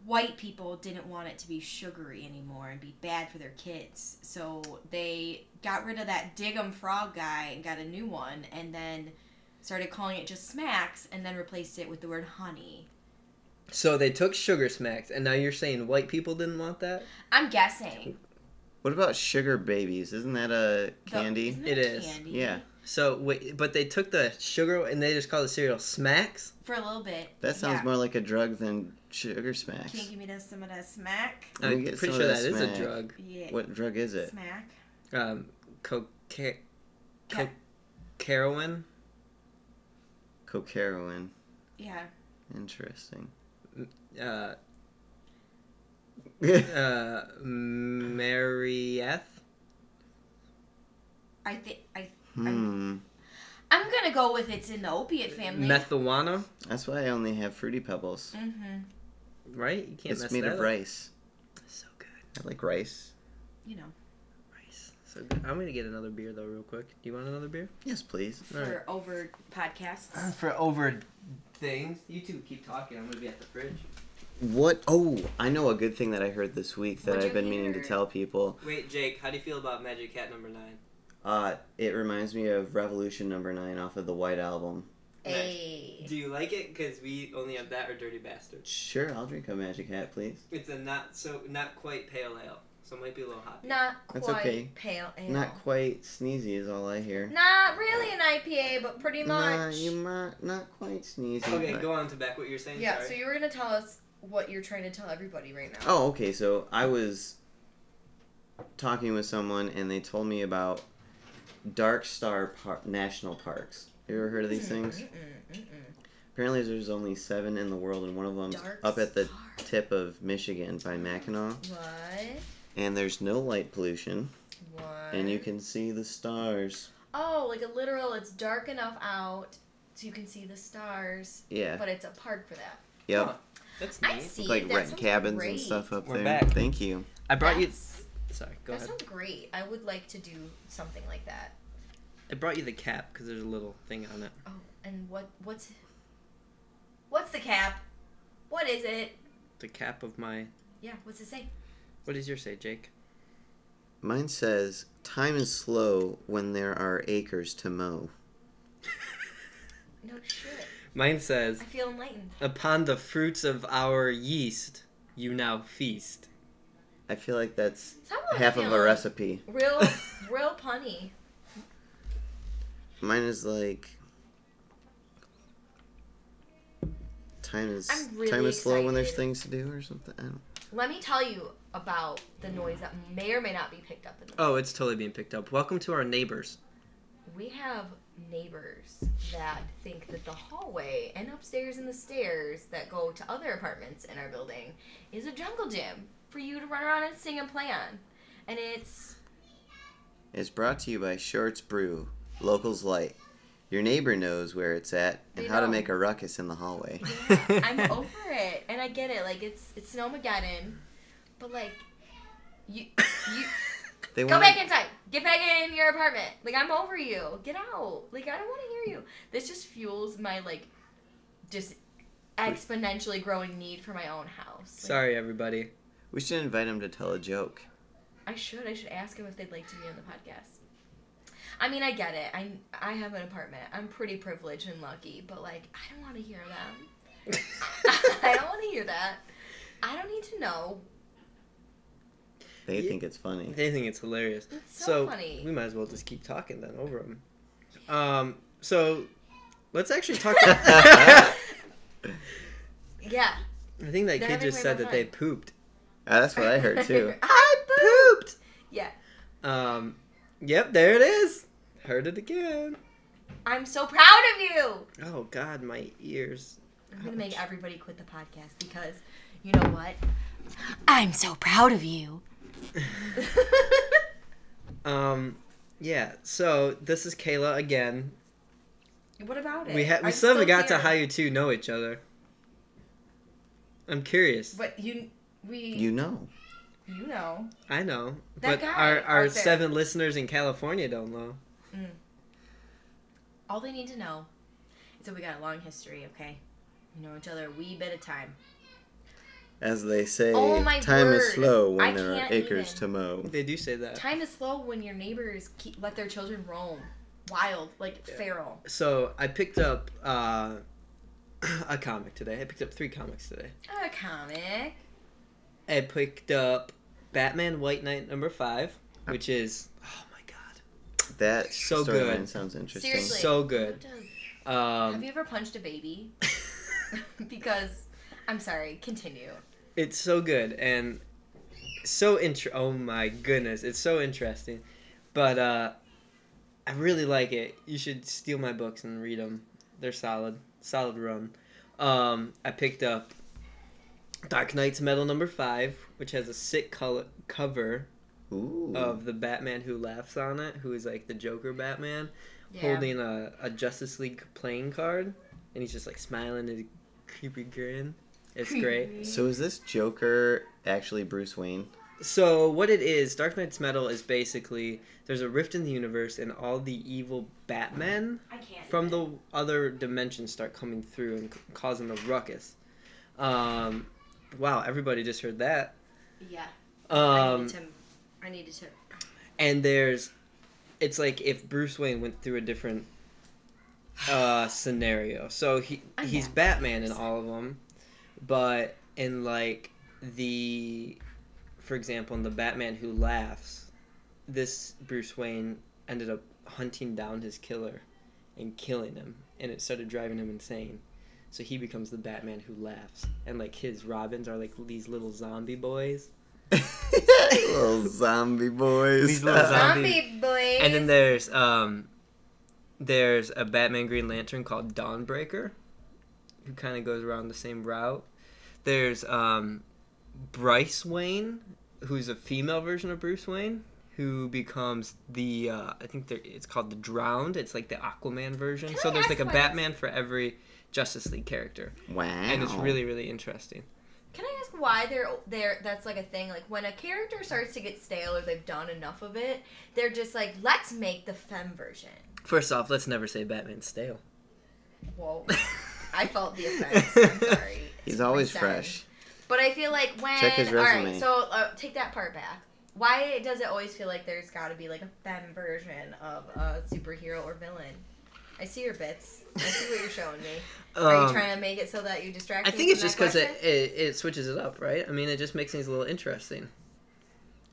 Speaker 1: white people didn't want it to be sugary anymore and be bad for their kids. So they got rid of that Diggum Frog guy and got a new one and then started calling it just Smacks and then replaced it with the word honey.
Speaker 4: So they took Sugar Smacks, and now you're saying white people didn't want that?
Speaker 1: I'm guessing.
Speaker 3: What about Sugar Babies? Isn't that a
Speaker 1: The-
Speaker 3: candy?
Speaker 1: isn't
Speaker 4: It
Speaker 1: it
Speaker 4: is.
Speaker 1: Candy?
Speaker 3: Yeah.
Speaker 4: So wait, but they took the sugar and they just called the cereal Smacks.
Speaker 1: For a little bit.
Speaker 3: That sounds
Speaker 1: yeah.
Speaker 3: more like a drug than Sugar Smacks.
Speaker 1: Can you give me that, some of that smack?
Speaker 3: Let me
Speaker 4: I'm
Speaker 3: get
Speaker 4: pretty
Speaker 3: some
Speaker 4: sure
Speaker 3: of
Speaker 4: that
Speaker 3: that
Speaker 4: is a
Speaker 3: Smack.
Speaker 4: drug.
Speaker 1: Yeah.
Speaker 3: What drug is it?
Speaker 1: Smack.
Speaker 4: Um, cocaine,
Speaker 1: Ca-
Speaker 4: co- heroin.
Speaker 3: Cocaine.
Speaker 1: Yeah. (laughs)
Speaker 3: Interesting.
Speaker 4: Uh,
Speaker 3: yeah.
Speaker 4: uh, Marieth.
Speaker 1: I think I
Speaker 3: Hmm.
Speaker 1: I'm gonna go with it's in the opiate family.
Speaker 4: Methawana,
Speaker 3: That's why I only have fruity pebbles.
Speaker 1: hmm
Speaker 4: right? You can't
Speaker 3: it's
Speaker 4: mess
Speaker 3: made
Speaker 4: that
Speaker 3: of
Speaker 4: up.
Speaker 3: rice.
Speaker 4: So good,
Speaker 3: I like rice.
Speaker 1: You know,
Speaker 4: rice. So good. I'm gonna get another beer though, real quick. Do you want another beer?
Speaker 3: Yes, please.
Speaker 1: for over
Speaker 4: (laughs)
Speaker 1: podcasts.
Speaker 4: For over things, you two keep talking. I'm gonna be at the fridge.
Speaker 3: What? Oh, I know a good thing that I heard this week that
Speaker 1: What'd
Speaker 3: I've
Speaker 1: you
Speaker 3: been meaning to
Speaker 1: hear?
Speaker 3: tell people.
Speaker 4: Wait, Jake, how do you feel about Magic Cat number nine?
Speaker 3: Uh, it reminds me of Revolution Number Nine off of the White Album.
Speaker 1: Hey.
Speaker 4: Do you like it? Cause we only have that or Dirty Bastard.
Speaker 3: Sure, I'll drink a Magic Hat, please.
Speaker 4: It's a not so not quite pale ale, so it might be a little hoppy.
Speaker 1: Not quite
Speaker 3: That's okay.
Speaker 1: pale ale.
Speaker 3: Not quite sneezy is all I hear.
Speaker 1: Not really an IPA, but pretty much.
Speaker 3: Nah, you might not quite sneezy.
Speaker 4: Okay,
Speaker 3: but-
Speaker 4: go on to back what you're saying.
Speaker 1: yeah.
Speaker 4: sorry.
Speaker 1: So you were gonna tell us what you're trying to tell everybody right now.
Speaker 3: Oh, okay. So I was talking with someone, and they told me about Dark Star Par- National Parks. You ever heard of these things? Apparently, there's only seven in the world, and one of them's
Speaker 1: Dark
Speaker 3: up at the
Speaker 1: star.
Speaker 3: tip of Michigan by Mackinac.
Speaker 1: What?
Speaker 3: And there's no light pollution,
Speaker 1: What?
Speaker 3: and you can see the stars.
Speaker 1: Oh, like a literal. It's dark enough out so you can see the stars,
Speaker 3: Yeah.
Speaker 1: but it's a park for that.
Speaker 3: Yep.
Speaker 4: Huh. That's
Speaker 1: I
Speaker 4: neat.
Speaker 1: see.
Speaker 3: like
Speaker 1: that
Speaker 3: rent
Speaker 1: sounds
Speaker 3: cabins
Speaker 1: great.
Speaker 3: and stuff up
Speaker 4: We're
Speaker 3: there.
Speaker 4: back.
Speaker 3: Thank you.
Speaker 4: I brought you.
Speaker 1: That's-
Speaker 4: Sorry, go
Speaker 1: that
Speaker 4: ahead.
Speaker 1: sounds great. I would like to do something like that.
Speaker 4: I brought you the cap because there's a little thing on it.
Speaker 1: Oh, and what what's what's the cap? What is it?
Speaker 4: The cap of my.
Speaker 1: Yeah, what's it say?
Speaker 4: What does your say, Jake?
Speaker 3: Mine says time is slow when there are acres to mow.
Speaker 1: No shit.
Speaker 4: Mine says,
Speaker 1: I feel enlightened.
Speaker 4: "Upon the fruits of our yeast, you now feast."
Speaker 3: I feel like that's
Speaker 1: Someone
Speaker 3: half of a recipe.
Speaker 1: Real real punny.
Speaker 3: Mine is like time is
Speaker 1: I'm really
Speaker 3: time is slow when there's
Speaker 1: excited.
Speaker 3: things to do or something. I don't,
Speaker 1: Let me tell you about the noise that may or may not be picked up in the
Speaker 4: Oh, it's totally being picked up. Welcome to our neighbors.
Speaker 1: We have neighbors that think that the hallway and upstairs and the stairs that go to other apartments in our building is a jungle gym for you to run around and sing and play on. And it's
Speaker 3: it's brought to you by Shorts Brew, locals light. Your neighbor knows where it's at and
Speaker 1: They
Speaker 3: how to
Speaker 1: know.
Speaker 3: make a ruckus in the hallway.
Speaker 1: (laughs)
Speaker 3: (laughs)
Speaker 4: (laughs)
Speaker 1: I'm over it, and I get it. Like it's it's Snowmageddon, but like you you
Speaker 3: They
Speaker 1: go
Speaker 3: want
Speaker 1: back inside. Get back in your apartment. Like I'm over you. Get out. Like I don't want to hear you. This just fuels my like just exponentially growing need for my own house. Like,
Speaker 4: Sorry,
Speaker 1: (laughs)
Speaker 4: everybody.
Speaker 3: we should invite him to tell a joke.
Speaker 1: I should. I should ask him if they'd like to be on the podcast. I mean, I get it. I I have an apartment. I'm pretty privileged and lucky, but like, I don't want to hear them. (laughs) I don't want to hear that. I don't need to know.
Speaker 3: They
Speaker 4: Yeah.
Speaker 3: think it's funny. (laughs)
Speaker 4: They think it's hilarious.
Speaker 1: It's so,
Speaker 4: so
Speaker 1: funny.
Speaker 4: we might as well just keep talking then over them. Um, so let's actually talk. (laughs) I
Speaker 3: Ah,
Speaker 1: yeah.
Speaker 4: think that
Speaker 1: They're
Speaker 4: kid
Speaker 1: having
Speaker 4: just
Speaker 1: way
Speaker 4: said
Speaker 1: more
Speaker 4: that they
Speaker 1: fun.
Speaker 4: pooped.
Speaker 3: Ah, that's what I heard
Speaker 1: (laughs)
Speaker 3: too.
Speaker 4: I pooped.
Speaker 1: Ah, Yeah.
Speaker 4: Um, yep, there it is. Heard it again.
Speaker 1: I'm so proud of you.
Speaker 4: Oh God, my ears.
Speaker 1: I'm gonna
Speaker 4: Ouch.
Speaker 1: make everybody quit the podcast because you know what? I'm so proud of
Speaker 4: (laughs)
Speaker 1: you.
Speaker 4: Um, yeah. So this is Kayla again.
Speaker 1: what about it?
Speaker 4: We ha- we
Speaker 1: I'm
Speaker 4: still haven't got
Speaker 1: here.
Speaker 4: to how you two know each other. I'm curious.
Speaker 1: But you, we,
Speaker 3: You know.
Speaker 1: you know,
Speaker 4: I know, but
Speaker 1: That guy
Speaker 4: our our
Speaker 1: out there.
Speaker 4: seven listeners in California don't know.
Speaker 1: all they need to know is that we got a long history. Okay, we know each other a wee bit of time.
Speaker 3: As they say,
Speaker 1: Oh my
Speaker 3: time
Speaker 1: word.
Speaker 3: is slow when
Speaker 1: I
Speaker 3: there are
Speaker 1: can't
Speaker 3: acres
Speaker 1: even.
Speaker 3: to mow.
Speaker 4: They do say that.
Speaker 1: Time is slow when your neighbors keep, let their children roam wild, like feral.
Speaker 4: So I picked up uh, (clears throat) a comic today. I picked up three comics today.
Speaker 1: A comic.
Speaker 4: I picked up Batman White Knight number five,
Speaker 1: Uh,
Speaker 4: which is oh my god,
Speaker 3: That
Speaker 4: So
Speaker 3: storyline
Speaker 4: good.
Speaker 3: sounds interesting.
Speaker 1: Seriously.
Speaker 4: so good. (laughs)
Speaker 1: Have you
Speaker 4: Um,
Speaker 1: ever punched a baby? (laughs) because I'm sorry. Continue.
Speaker 4: it's so good and so inter. Oh my goodness, it's so interesting. But uh, I really like it. You should steal my books and read them. They're solid, solid run. Um, I picked up Dark Knight's Metal number five, which has a sick color cover
Speaker 3: Ooh.
Speaker 4: of the Batman who laughs on it, who is like the Joker Batman,
Speaker 1: Yeah.
Speaker 4: holding a, a Justice League playing card, and he's just like smiling his creepy grin. It's great.
Speaker 3: So is this Joker actually Bruce
Speaker 4: (laughs)
Speaker 3: Wayne?
Speaker 4: So what it is, Dark Knight's Metal is basically there's a rift in the universe, and all the evil Batmen
Speaker 5: I can't.
Speaker 4: from the other dimensions start coming through and c- causing a ruckus. Um, wow, everybody just heard that.
Speaker 5: yeah. I
Speaker 4: Um,
Speaker 5: need to. I needed to.
Speaker 4: and there's it's like if Bruce Wayne went through a different uh scenario. So he
Speaker 1: I
Speaker 4: he's
Speaker 1: know.
Speaker 4: Batman in all of them, but in like the for example, in the Batman who laughs, this Bruce Wayne ended up hunting down his killer and killing him and it started driving him insane. So he becomes the Batman who laughs and like his Robins are like these little zombie boys.
Speaker 3: little zombie boys.
Speaker 4: These little zom-
Speaker 1: Zombie boy.
Speaker 4: And then there's um, there's a Batman Green Lantern called Dawnbreaker, who kind of goes around the same route. There's um, Bryce Wayne, who's a female version of Bruce Wayne, who becomes the uh, I think there- it's called the Drowned. It's like the Aquaman version.
Speaker 1: Can
Speaker 4: so
Speaker 1: I
Speaker 4: there's
Speaker 1: ask
Speaker 4: like a
Speaker 1: what-
Speaker 4: Batman for every Justice League character,
Speaker 3: wow.
Speaker 4: and it's really really interesting.
Speaker 1: Can I ask why they're they're that's like a thing? Like when a character starts to get stale or they've done enough of it, they're just like, let's make the femme version.
Speaker 4: First off, let's never say Batman's stale. (laughs)
Speaker 1: Whoa. I felt the offense. I'm sorry.
Speaker 3: He's always
Speaker 1: Pretty sad.
Speaker 3: fresh.
Speaker 1: But I feel like when
Speaker 3: Check his
Speaker 1: all
Speaker 3: resume.
Speaker 1: right, so uh, take that part back. Why does it always feel like there's got to be like a femme version of a superhero or villain? I see your bits. I see what you're showing me. Are you
Speaker 4: Um,
Speaker 1: trying to make it so that you distract?
Speaker 4: I
Speaker 1: me
Speaker 4: think
Speaker 1: from
Speaker 4: it's just
Speaker 1: that
Speaker 4: because it,
Speaker 1: question?
Speaker 4: it it switches it up, right? I mean, it just makes things a little interesting.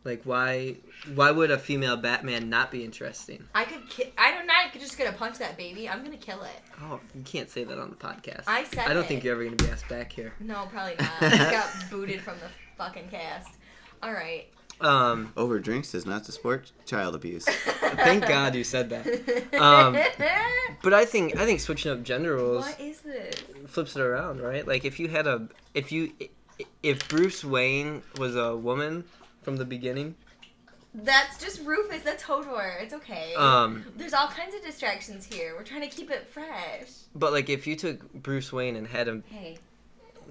Speaker 4: Like why why would a female Batman not be interesting?
Speaker 1: I could. Ki- I don't. I'm not just gonna punch that baby. I'm gonna kill it.
Speaker 4: Oh, you can't say that on the podcast.
Speaker 1: I said
Speaker 4: I don't
Speaker 1: it.
Speaker 4: think you're ever gonna be asked back here.
Speaker 1: No, probably not.
Speaker 4: (laughs)
Speaker 1: I got booted from the fucking cast. All right.
Speaker 4: Um,
Speaker 3: Over drinks is not to support child abuse.
Speaker 1: (laughs)
Speaker 4: thank God you said that. Um, But I think I think switching up gender roles
Speaker 1: what is this?
Speaker 4: flips it around, right? Like if you had a if you if Bruce Wayne was a woman from the beginning,
Speaker 1: That's just Rufus. That's Hodor. It's okay.
Speaker 3: Uh.
Speaker 4: um,
Speaker 1: There's all kinds of distractions here. We're trying to keep it fresh.
Speaker 4: but like if you took Bruce Wayne and had him,
Speaker 1: Hey,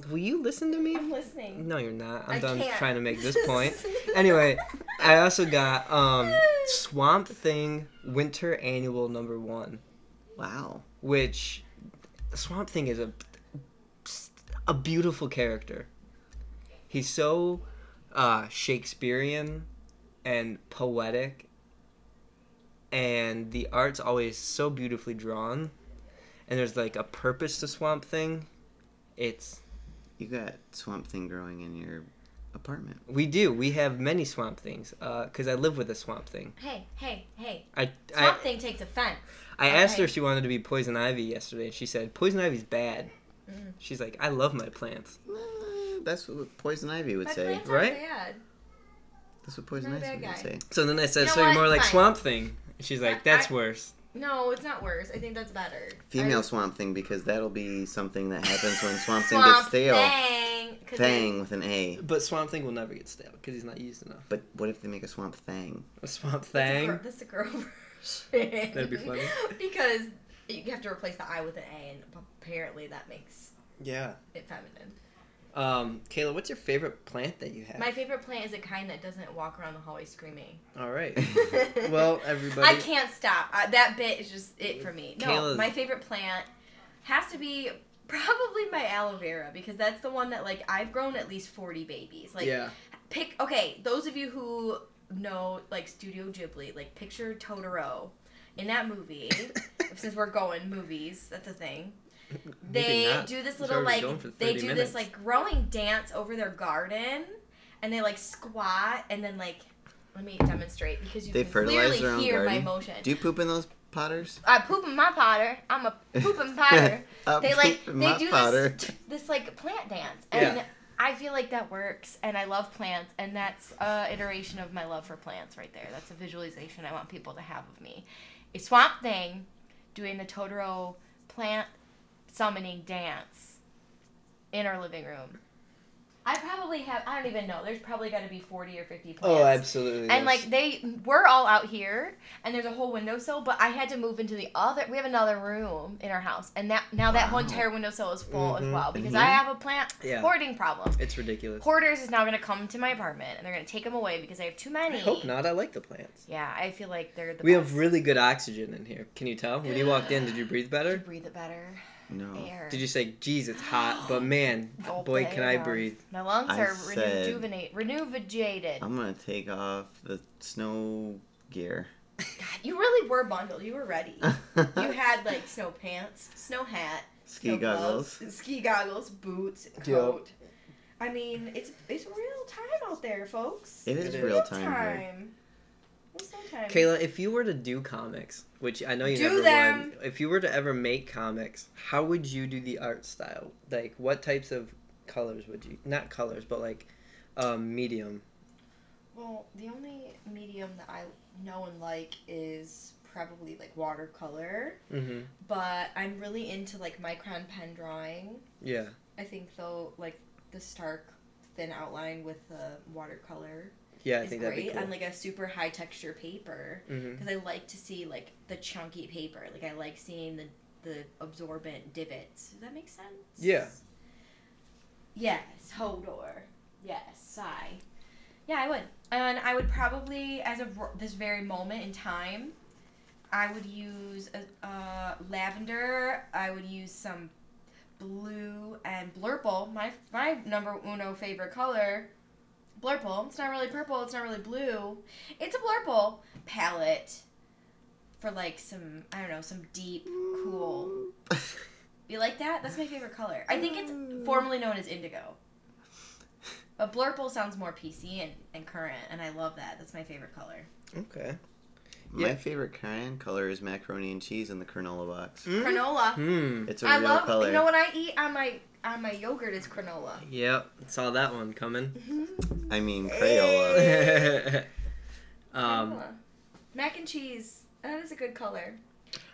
Speaker 4: will you listen to me?
Speaker 1: I'm listening.
Speaker 4: No, you're not. I'm
Speaker 1: I
Speaker 4: done
Speaker 1: can't.
Speaker 4: trying to make
Speaker 1: (laughs)
Speaker 4: this point. anyway, I also got um, Swamp Thing Winter Annual Number One,
Speaker 3: wow.
Speaker 4: which Swamp Thing is a a beautiful character. He's so uh, Shakespearean and poetic, and the art's always so beautifully drawn, and there's like a purpose to Swamp Thing. It's
Speaker 3: You got Swamp Thing growing in your apartment.
Speaker 4: we do we have many Swamp Things because I live with a Swamp Thing.
Speaker 1: Hey, hey, hey.
Speaker 4: I
Speaker 1: Swamp
Speaker 4: I,
Speaker 1: Thing takes offense.
Speaker 4: I asked her
Speaker 1: Okay.
Speaker 4: if she wanted to be Poison Ivy yesterday, and she said Poison Ivy's bad.
Speaker 1: Mm.
Speaker 4: She's like, I love my plants.
Speaker 3: Uh, That's what Poison Ivy would
Speaker 1: My
Speaker 3: say.
Speaker 1: plants
Speaker 4: right?
Speaker 1: aren't bad.
Speaker 3: That's what Poison
Speaker 1: Not a bad
Speaker 3: Ivy would
Speaker 1: guy.
Speaker 3: say.
Speaker 4: So then I said,
Speaker 1: You know
Speaker 4: so you're
Speaker 1: what?
Speaker 4: more like
Speaker 1: Fine.
Speaker 4: Swamp Thing. And she's like, that's
Speaker 1: I-
Speaker 4: worse.
Speaker 1: No, it's not worse. I think that's better.
Speaker 3: Female
Speaker 1: I-
Speaker 3: Swamp Thing because that'll be something that happens
Speaker 1: (laughs)
Speaker 3: when Swamp Thing
Speaker 1: Swamp
Speaker 3: gets stale.
Speaker 1: Thing. 'cause
Speaker 3: Thing with an A.
Speaker 4: But Swamp Thing will never get stale because he's not used enough.
Speaker 3: But what if they make a Swamp Thing?
Speaker 4: A Swamp
Speaker 1: That's a girl-
Speaker 4: Thing.
Speaker 1: That's a girl
Speaker 4: (laughs)
Speaker 1: version.
Speaker 4: That'd be funny.
Speaker 1: because you have to replace the I with an A, and apparently that makes
Speaker 4: Yeah.
Speaker 1: it feminine.
Speaker 4: Um, Kayla, what's your favorite plant that you have?
Speaker 1: My favorite plant is a kind that doesn't walk around the hallway screaming.
Speaker 4: All
Speaker 1: (laughs)
Speaker 4: right. Well, everybody.
Speaker 1: I can't stop. I, that bit is just it for me. No,
Speaker 4: Kayla's-
Speaker 1: my favorite plant has to be probably my aloe vera because that's the one that like I've grown at least 40 babies. Like
Speaker 4: yeah.
Speaker 1: pick okay, those of you who know like Studio Ghibli, like picture Totoro in
Speaker 3: (laughs)
Speaker 1: that movie. since we're going movies, that's a thing.
Speaker 4: Maybe
Speaker 1: They
Speaker 4: not.
Speaker 1: do this
Speaker 4: We're
Speaker 1: little
Speaker 4: already
Speaker 1: like
Speaker 4: going for
Speaker 1: they
Speaker 4: 30
Speaker 1: do
Speaker 4: minutes.
Speaker 1: this like growing dance over their garden and they like squat and then like let me demonstrate because you
Speaker 3: They
Speaker 1: can
Speaker 3: fertilize
Speaker 1: clearly
Speaker 3: their own
Speaker 1: hear my
Speaker 3: garden?
Speaker 1: motion.
Speaker 3: Do you poop in those potters?
Speaker 1: I poop in my potter. I'm a
Speaker 3: (laughs)
Speaker 1: pooping potter.
Speaker 3: I
Speaker 1: they like
Speaker 3: Uh, poop in
Speaker 1: they
Speaker 3: my
Speaker 1: do
Speaker 3: potter.
Speaker 1: this this like plant dance, and
Speaker 4: Yeah.
Speaker 1: I feel like that works. And I love plants, and that's a iteration of my love for plants right there. That's a visualization I want people to have of me. A swamp thing, doing the Totoro plant summoning dance in our living room. I probably have I don't even know. There's probably got to be forty or fifty plants.
Speaker 4: Oh, absolutely.
Speaker 1: And like they were all out here, and there's a whole windowsill, but I had to move into the other. We have another room in our house, and that now that whole
Speaker 3: Wow.
Speaker 1: entire windowsill is full
Speaker 4: Mhm,
Speaker 1: as well because
Speaker 3: mhm.
Speaker 1: I have a plant
Speaker 4: Yeah.
Speaker 1: hoarding problem.
Speaker 4: It's ridiculous.
Speaker 1: Hoarders is now gonna come to my apartment, and they're gonna take them away because I have too many.
Speaker 4: I hope not. I like the plants.
Speaker 1: Yeah, I feel like they're the.
Speaker 4: We
Speaker 1: best.
Speaker 4: have really good oxygen in here. Can you tell? When you walked in, did you breathe
Speaker 1: Did you
Speaker 4: better?
Speaker 1: breathe it better.
Speaker 3: (laughs) No.
Speaker 1: Air.
Speaker 4: Oh. Did you say, geez, it's hot,
Speaker 1: (gasps)
Speaker 4: but man,
Speaker 1: Gulp
Speaker 4: boy,
Speaker 1: the
Speaker 4: can
Speaker 1: air
Speaker 4: I
Speaker 1: out.
Speaker 4: breathe? Um,
Speaker 1: My lungs
Speaker 3: I
Speaker 1: are
Speaker 3: said-
Speaker 1: rejuvenate, rejuvenated. God,
Speaker 3: I'm gonna take off the snow gear.
Speaker 1: you really were bundled. You
Speaker 4: (laughs)
Speaker 1: were ready.
Speaker 3: (laughs) you
Speaker 1: you had like snow pants, snow hat,
Speaker 3: ski
Speaker 1: No
Speaker 3: goggles.
Speaker 1: gloves, ski goggles, boots, coat. I mean, it's it's real time out there, folks.
Speaker 3: It is
Speaker 4: It is.
Speaker 3: real time. here.
Speaker 1: It's no time.
Speaker 4: Kayla, if you were to do comics, which I know you
Speaker 1: Do
Speaker 4: never
Speaker 1: them.
Speaker 4: would, if you were to ever make comics, how would you do the art style? Like, what types of colors would you? Not colors, but like, um, medium.
Speaker 1: Well, the only medium that I know and like is probably like watercolor,
Speaker 4: Mm-hmm.
Speaker 1: but I'm really into like micron pen drawing.
Speaker 4: Yeah.
Speaker 1: I think though, like the stark thin outline with the watercolor
Speaker 4: Yeah, I
Speaker 1: is
Speaker 4: think that'd be
Speaker 1: great
Speaker 4: cool.
Speaker 1: on like a super high texture paper.
Speaker 4: hmm
Speaker 1: because I like to see like the chunky paper. Like I like seeing the the absorbent divots. Does that make sense?
Speaker 4: Yeah.
Speaker 1: Yes, Hodor. Yes, Sigh. Yeah, I would, and I would probably, as of r- this very moment in time, I would use a, uh, lavender. I would use some blue and blurple. My my number uno favorite color. Blurple. It's not really purple. It's not really blue. It's a blurple palette for like some I don't know some deep cool. You like that? That's my favorite color. I think it's formerly known as indigo. But blurple sounds more PC and, and current, and I love that. That's my favorite color.
Speaker 4: Okay. Yeah.
Speaker 3: (laughs) My favorite crayon color is macaroni and cheese in the granola box.
Speaker 4: Mm.
Speaker 1: Granola.
Speaker 4: Hmm.
Speaker 3: It's a
Speaker 1: I
Speaker 3: real
Speaker 1: love.
Speaker 3: color.
Speaker 1: You know what I eat on my on my yogurt is granola.
Speaker 4: Yep. Saw that one coming.
Speaker 1: (laughs)
Speaker 3: I mean Crayola.
Speaker 4: (laughs) um,
Speaker 1: Granola. Mac and cheese. That is a good color.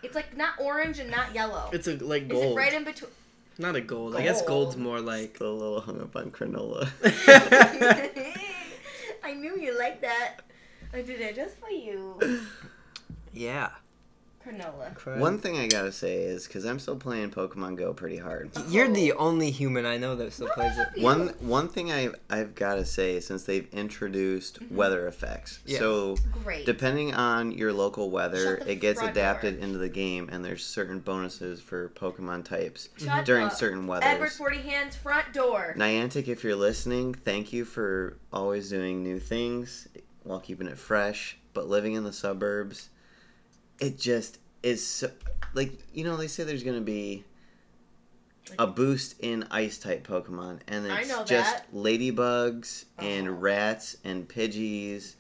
Speaker 1: It's like not orange and not yellow.
Speaker 4: it's a like
Speaker 1: Is it
Speaker 4: gold.
Speaker 1: right in
Speaker 4: (laughs)
Speaker 1: between?
Speaker 4: Not a gold. I guess gold's
Speaker 1: Gold.
Speaker 6: (laughs)
Speaker 4: more like. (laughs)
Speaker 3: a little hung up on granola. (laughs)
Speaker 1: (laughs) I knew you liked that. I did it just for you.
Speaker 4: yeah.
Speaker 1: Granola.
Speaker 3: One thing I gotta say is because I'm still playing Pokemon Go pretty hard.
Speaker 4: You're the only human I know that still
Speaker 1: What
Speaker 4: plays it.
Speaker 1: about you?
Speaker 3: One one thing I I've gotta say since they've introduced
Speaker 1: Mm-hmm.
Speaker 3: weather effects,
Speaker 4: Yeah.
Speaker 3: so
Speaker 1: Great.
Speaker 3: depending on your local weather,
Speaker 1: Shut the
Speaker 3: it gets
Speaker 1: front door.
Speaker 3: adapted into the game, and there's certain bonuses for Pokemon types
Speaker 1: Shut
Speaker 3: during
Speaker 1: up.
Speaker 3: certain weathers.
Speaker 1: Edward Forty Hands front door.
Speaker 3: Niantic, if you're listening, thank you for always doing new things while keeping it fresh. But living in the suburbs it just is so, like you know they say there's gonna be a boost in ice type Pokemon, and
Speaker 6: I
Speaker 3: it's
Speaker 6: know
Speaker 3: just
Speaker 6: that.
Speaker 3: ladybugs
Speaker 6: Uh-huh.
Speaker 3: and rats and pidgeys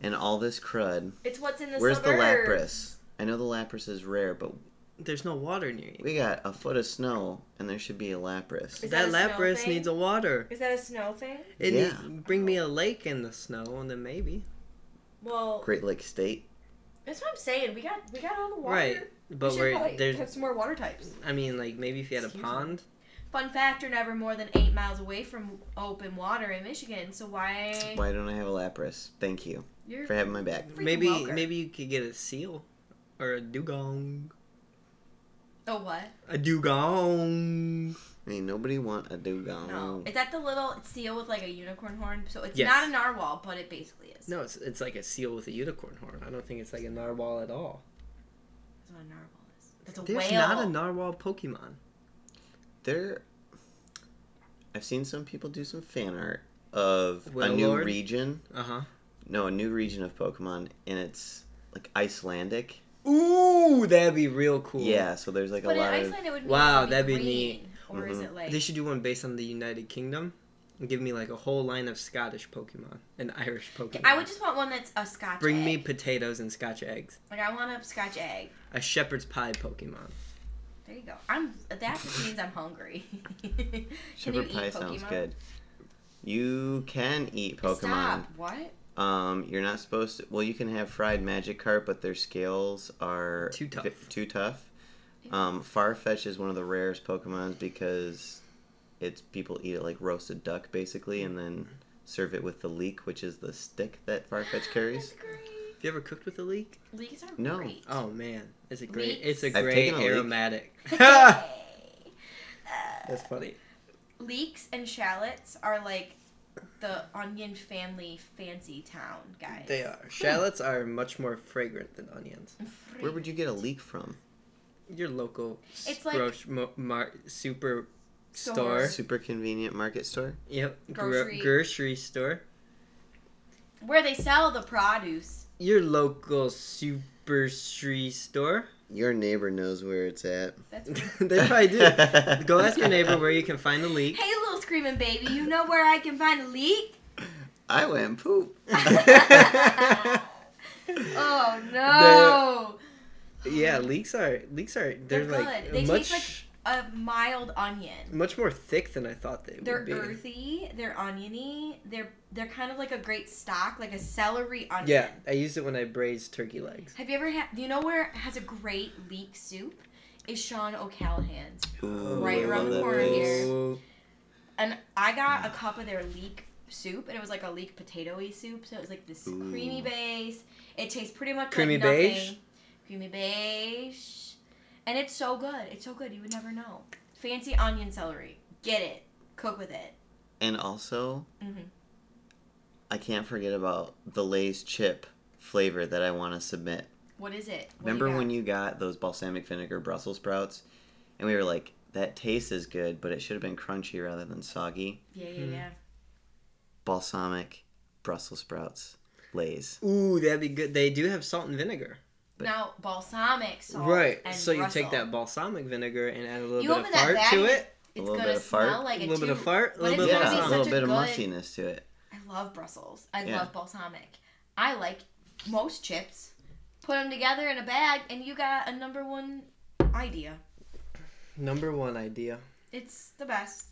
Speaker 3: and all this crud.
Speaker 6: It's what's in the
Speaker 3: Where's the
Speaker 6: suburbs.
Speaker 3: Lapras? I know the Lapras is rare, but
Speaker 4: There's no water near you.
Speaker 3: we got a foot of snow, and there should be a Lapras.
Speaker 6: Is
Speaker 4: that
Speaker 6: that a snow
Speaker 4: Lapras
Speaker 6: thing?
Speaker 4: needs a water.
Speaker 6: Is that a snow thing?
Speaker 4: It
Speaker 3: Yeah.
Speaker 4: need- bring me a lake in the snow, and then maybe.
Speaker 6: Well,
Speaker 3: Great Lake State.
Speaker 6: that's what I'm saying. We got we got all the water.
Speaker 4: Right,
Speaker 6: We
Speaker 4: but
Speaker 6: should
Speaker 4: we're
Speaker 6: probably
Speaker 4: there's.
Speaker 6: have some more water types.
Speaker 4: I mean, like maybe if you had a
Speaker 6: Excuse me.
Speaker 4: pond.
Speaker 1: Fun fact: You're never more than eight miles away from open water in Michigan. So why?
Speaker 3: Why don't I have a Lapras? Thank you
Speaker 1: You're
Speaker 3: for having my back.
Speaker 1: freaking
Speaker 4: Maybe
Speaker 1: welker.
Speaker 4: maybe you could get a seal, or a dugong.
Speaker 1: Oh what?
Speaker 4: A dugong.
Speaker 3: I mean, nobody want a dugong.
Speaker 1: No, is that the little seal with like a unicorn horn? So it's
Speaker 4: Oh. Yes.
Speaker 1: not a narwhal, but it basically is.
Speaker 4: No, it's it's like a seal with a unicorn horn. I don't think it's like a narwhal at all.
Speaker 1: That's what a narwhal is. That's a
Speaker 4: There's
Speaker 1: whale.
Speaker 4: not a narwhal Pokemon.
Speaker 3: There, I've seen some people do some fan art of a new
Speaker 4: Wailord?
Speaker 3: region.
Speaker 4: Uh huh.
Speaker 3: No, a new region of Pokemon, and it's like Icelandic.
Speaker 4: Ooh, that'd be real cool.
Speaker 3: Yeah, so there's like
Speaker 1: but
Speaker 3: a
Speaker 1: in
Speaker 3: lot of.
Speaker 1: Iceland, it would be
Speaker 4: Wow,
Speaker 1: it would
Speaker 4: that'd be
Speaker 1: green,
Speaker 4: neat. Mm-hmm.
Speaker 1: Or is
Speaker 3: Mhm.
Speaker 1: it like?
Speaker 4: They should do one based on the United Kingdom. And give me like a whole line of Scottish Pokemon and Irish Pokemon.
Speaker 1: I would just want one that's a Scotch.
Speaker 4: bring me
Speaker 1: egg.
Speaker 4: potatoes and Scotch eggs.
Speaker 1: like I want a Scotch egg.
Speaker 4: A shepherd's pie Pokemon.
Speaker 1: There you go. I'm. That just means I'm hungry. (laughs) Can you
Speaker 3: Shepherd
Speaker 1: eat
Speaker 3: pie sounds
Speaker 1: Pokemon?
Speaker 3: good. You can eat Pokemon.
Speaker 1: Stop. What?
Speaker 3: Um, you're not supposed to. Well, you can have fried Magikarp, but their scales are
Speaker 4: Too tough.
Speaker 3: too tough. Um, Farfetch is one of the rarest Pokemons because it's people eat it like roasted duck, basically, and then serve it with the leek, which is the stick that Farfetch
Speaker 1: That's (laughs)
Speaker 3: carries.
Speaker 1: great.
Speaker 4: Have you ever cooked with a leek?
Speaker 1: Leeks are
Speaker 3: No.
Speaker 1: great.
Speaker 4: Oh man, it's a great.
Speaker 1: Leeks?
Speaker 4: It's a
Speaker 3: I've
Speaker 4: great
Speaker 3: taken a leek.
Speaker 4: aromatic.
Speaker 1: (laughs)
Speaker 4: (laughs)
Speaker 1: Yay.
Speaker 4: That's funny.
Speaker 1: Leeks and shallots are like the onion family fancy town guys.
Speaker 4: They are. Shallots are much more fragrant than onions.
Speaker 3: Where would you get a leek from?
Speaker 4: Your local
Speaker 1: It's
Speaker 4: it's
Speaker 1: like-
Speaker 4: mo- mar- super
Speaker 1: Store.
Speaker 4: store.
Speaker 3: Super convenient market store.
Speaker 4: Yep. Gro-
Speaker 1: Grocery.
Speaker 4: grocery store.
Speaker 1: Where they sell the produce.
Speaker 4: Your local super street
Speaker 1: (laughs)
Speaker 4: store.
Speaker 3: Your neighbor knows where it's at.
Speaker 4: (laughs)
Speaker 1: That's
Speaker 4: they probably do.
Speaker 1: (laughs)
Speaker 4: Go ask your neighbor where you can find a leak.
Speaker 1: Hey, little screaming baby, you know where I can find a leek?
Speaker 3: I went
Speaker 4: (laughs)
Speaker 3: poop. (laughs)
Speaker 1: Oh no!
Speaker 4: Yeah, leeks are leeks are they're,
Speaker 1: They're
Speaker 4: like
Speaker 1: good. They
Speaker 4: much
Speaker 1: taste A mild onion.
Speaker 4: much more thick than I thought they
Speaker 1: They're
Speaker 4: would be.
Speaker 1: earthy. They're oniony. They're they're kind of like a great stock, like a celery onion.
Speaker 4: Yeah, I used it when I braised turkey legs.
Speaker 1: Have you ever had? Do you know where has a great leek soup? Is Sean O'Callahan's.
Speaker 3: Ooh,
Speaker 1: Right
Speaker 3: I
Speaker 1: around
Speaker 3: love
Speaker 1: the
Speaker 3: that
Speaker 1: corner
Speaker 3: place.
Speaker 1: here.
Speaker 4: Ooh.
Speaker 1: And I
Speaker 4: Mm.
Speaker 1: got a cup of their leek soup, and it was like a leek potatoy soup. So it was like this
Speaker 3: Ooh.
Speaker 1: creamy base. It tastes pretty much
Speaker 4: Creamy
Speaker 1: like nothing.
Speaker 4: beige?
Speaker 1: Creamy beige, and it's so good. It's so good. You would never know. Fancy onion celery. Get it. Cook with it.
Speaker 3: And also,
Speaker 1: Mhm.
Speaker 3: I can't forget about the Lay's chip flavor that I want to submit.
Speaker 1: What is it? What do
Speaker 3: Remember
Speaker 1: got?
Speaker 3: when you got those balsamic vinegar Brussels sprouts? And we were like, that tastes is good, but it should have been crunchy rather than soggy.
Speaker 1: Yeah, yeah, yeah.
Speaker 3: Balsamic Brussels sprouts, Lay's.
Speaker 4: Ooh, that'd be good. They do have salt and vinegar.
Speaker 3: But-
Speaker 1: now balsamic salt.
Speaker 4: Hmm. right.
Speaker 1: and
Speaker 4: So you take
Speaker 1: Brussels.
Speaker 4: that balsamic vinegar and add a little
Speaker 1: You
Speaker 4: bit
Speaker 1: open
Speaker 4: of
Speaker 1: that
Speaker 4: fart
Speaker 1: bag
Speaker 4: to
Speaker 1: and
Speaker 4: it.
Speaker 1: It's
Speaker 3: A little
Speaker 1: gonna
Speaker 3: bit of fart,
Speaker 1: smell like
Speaker 4: a little bit of
Speaker 1: too.
Speaker 4: fart, a
Speaker 1: but
Speaker 4: little
Speaker 1: it's
Speaker 4: bit of
Speaker 1: gonna be
Speaker 3: Yeah, a
Speaker 4: balsamic.
Speaker 1: such
Speaker 3: little bit of
Speaker 1: good-
Speaker 3: mustiness to it.
Speaker 1: I love Brussels. I
Speaker 3: Yeah.
Speaker 1: love balsamic. I like most chips. Put them together in a bag, and you got a number one idea.
Speaker 4: Number one idea.
Speaker 1: It's the best.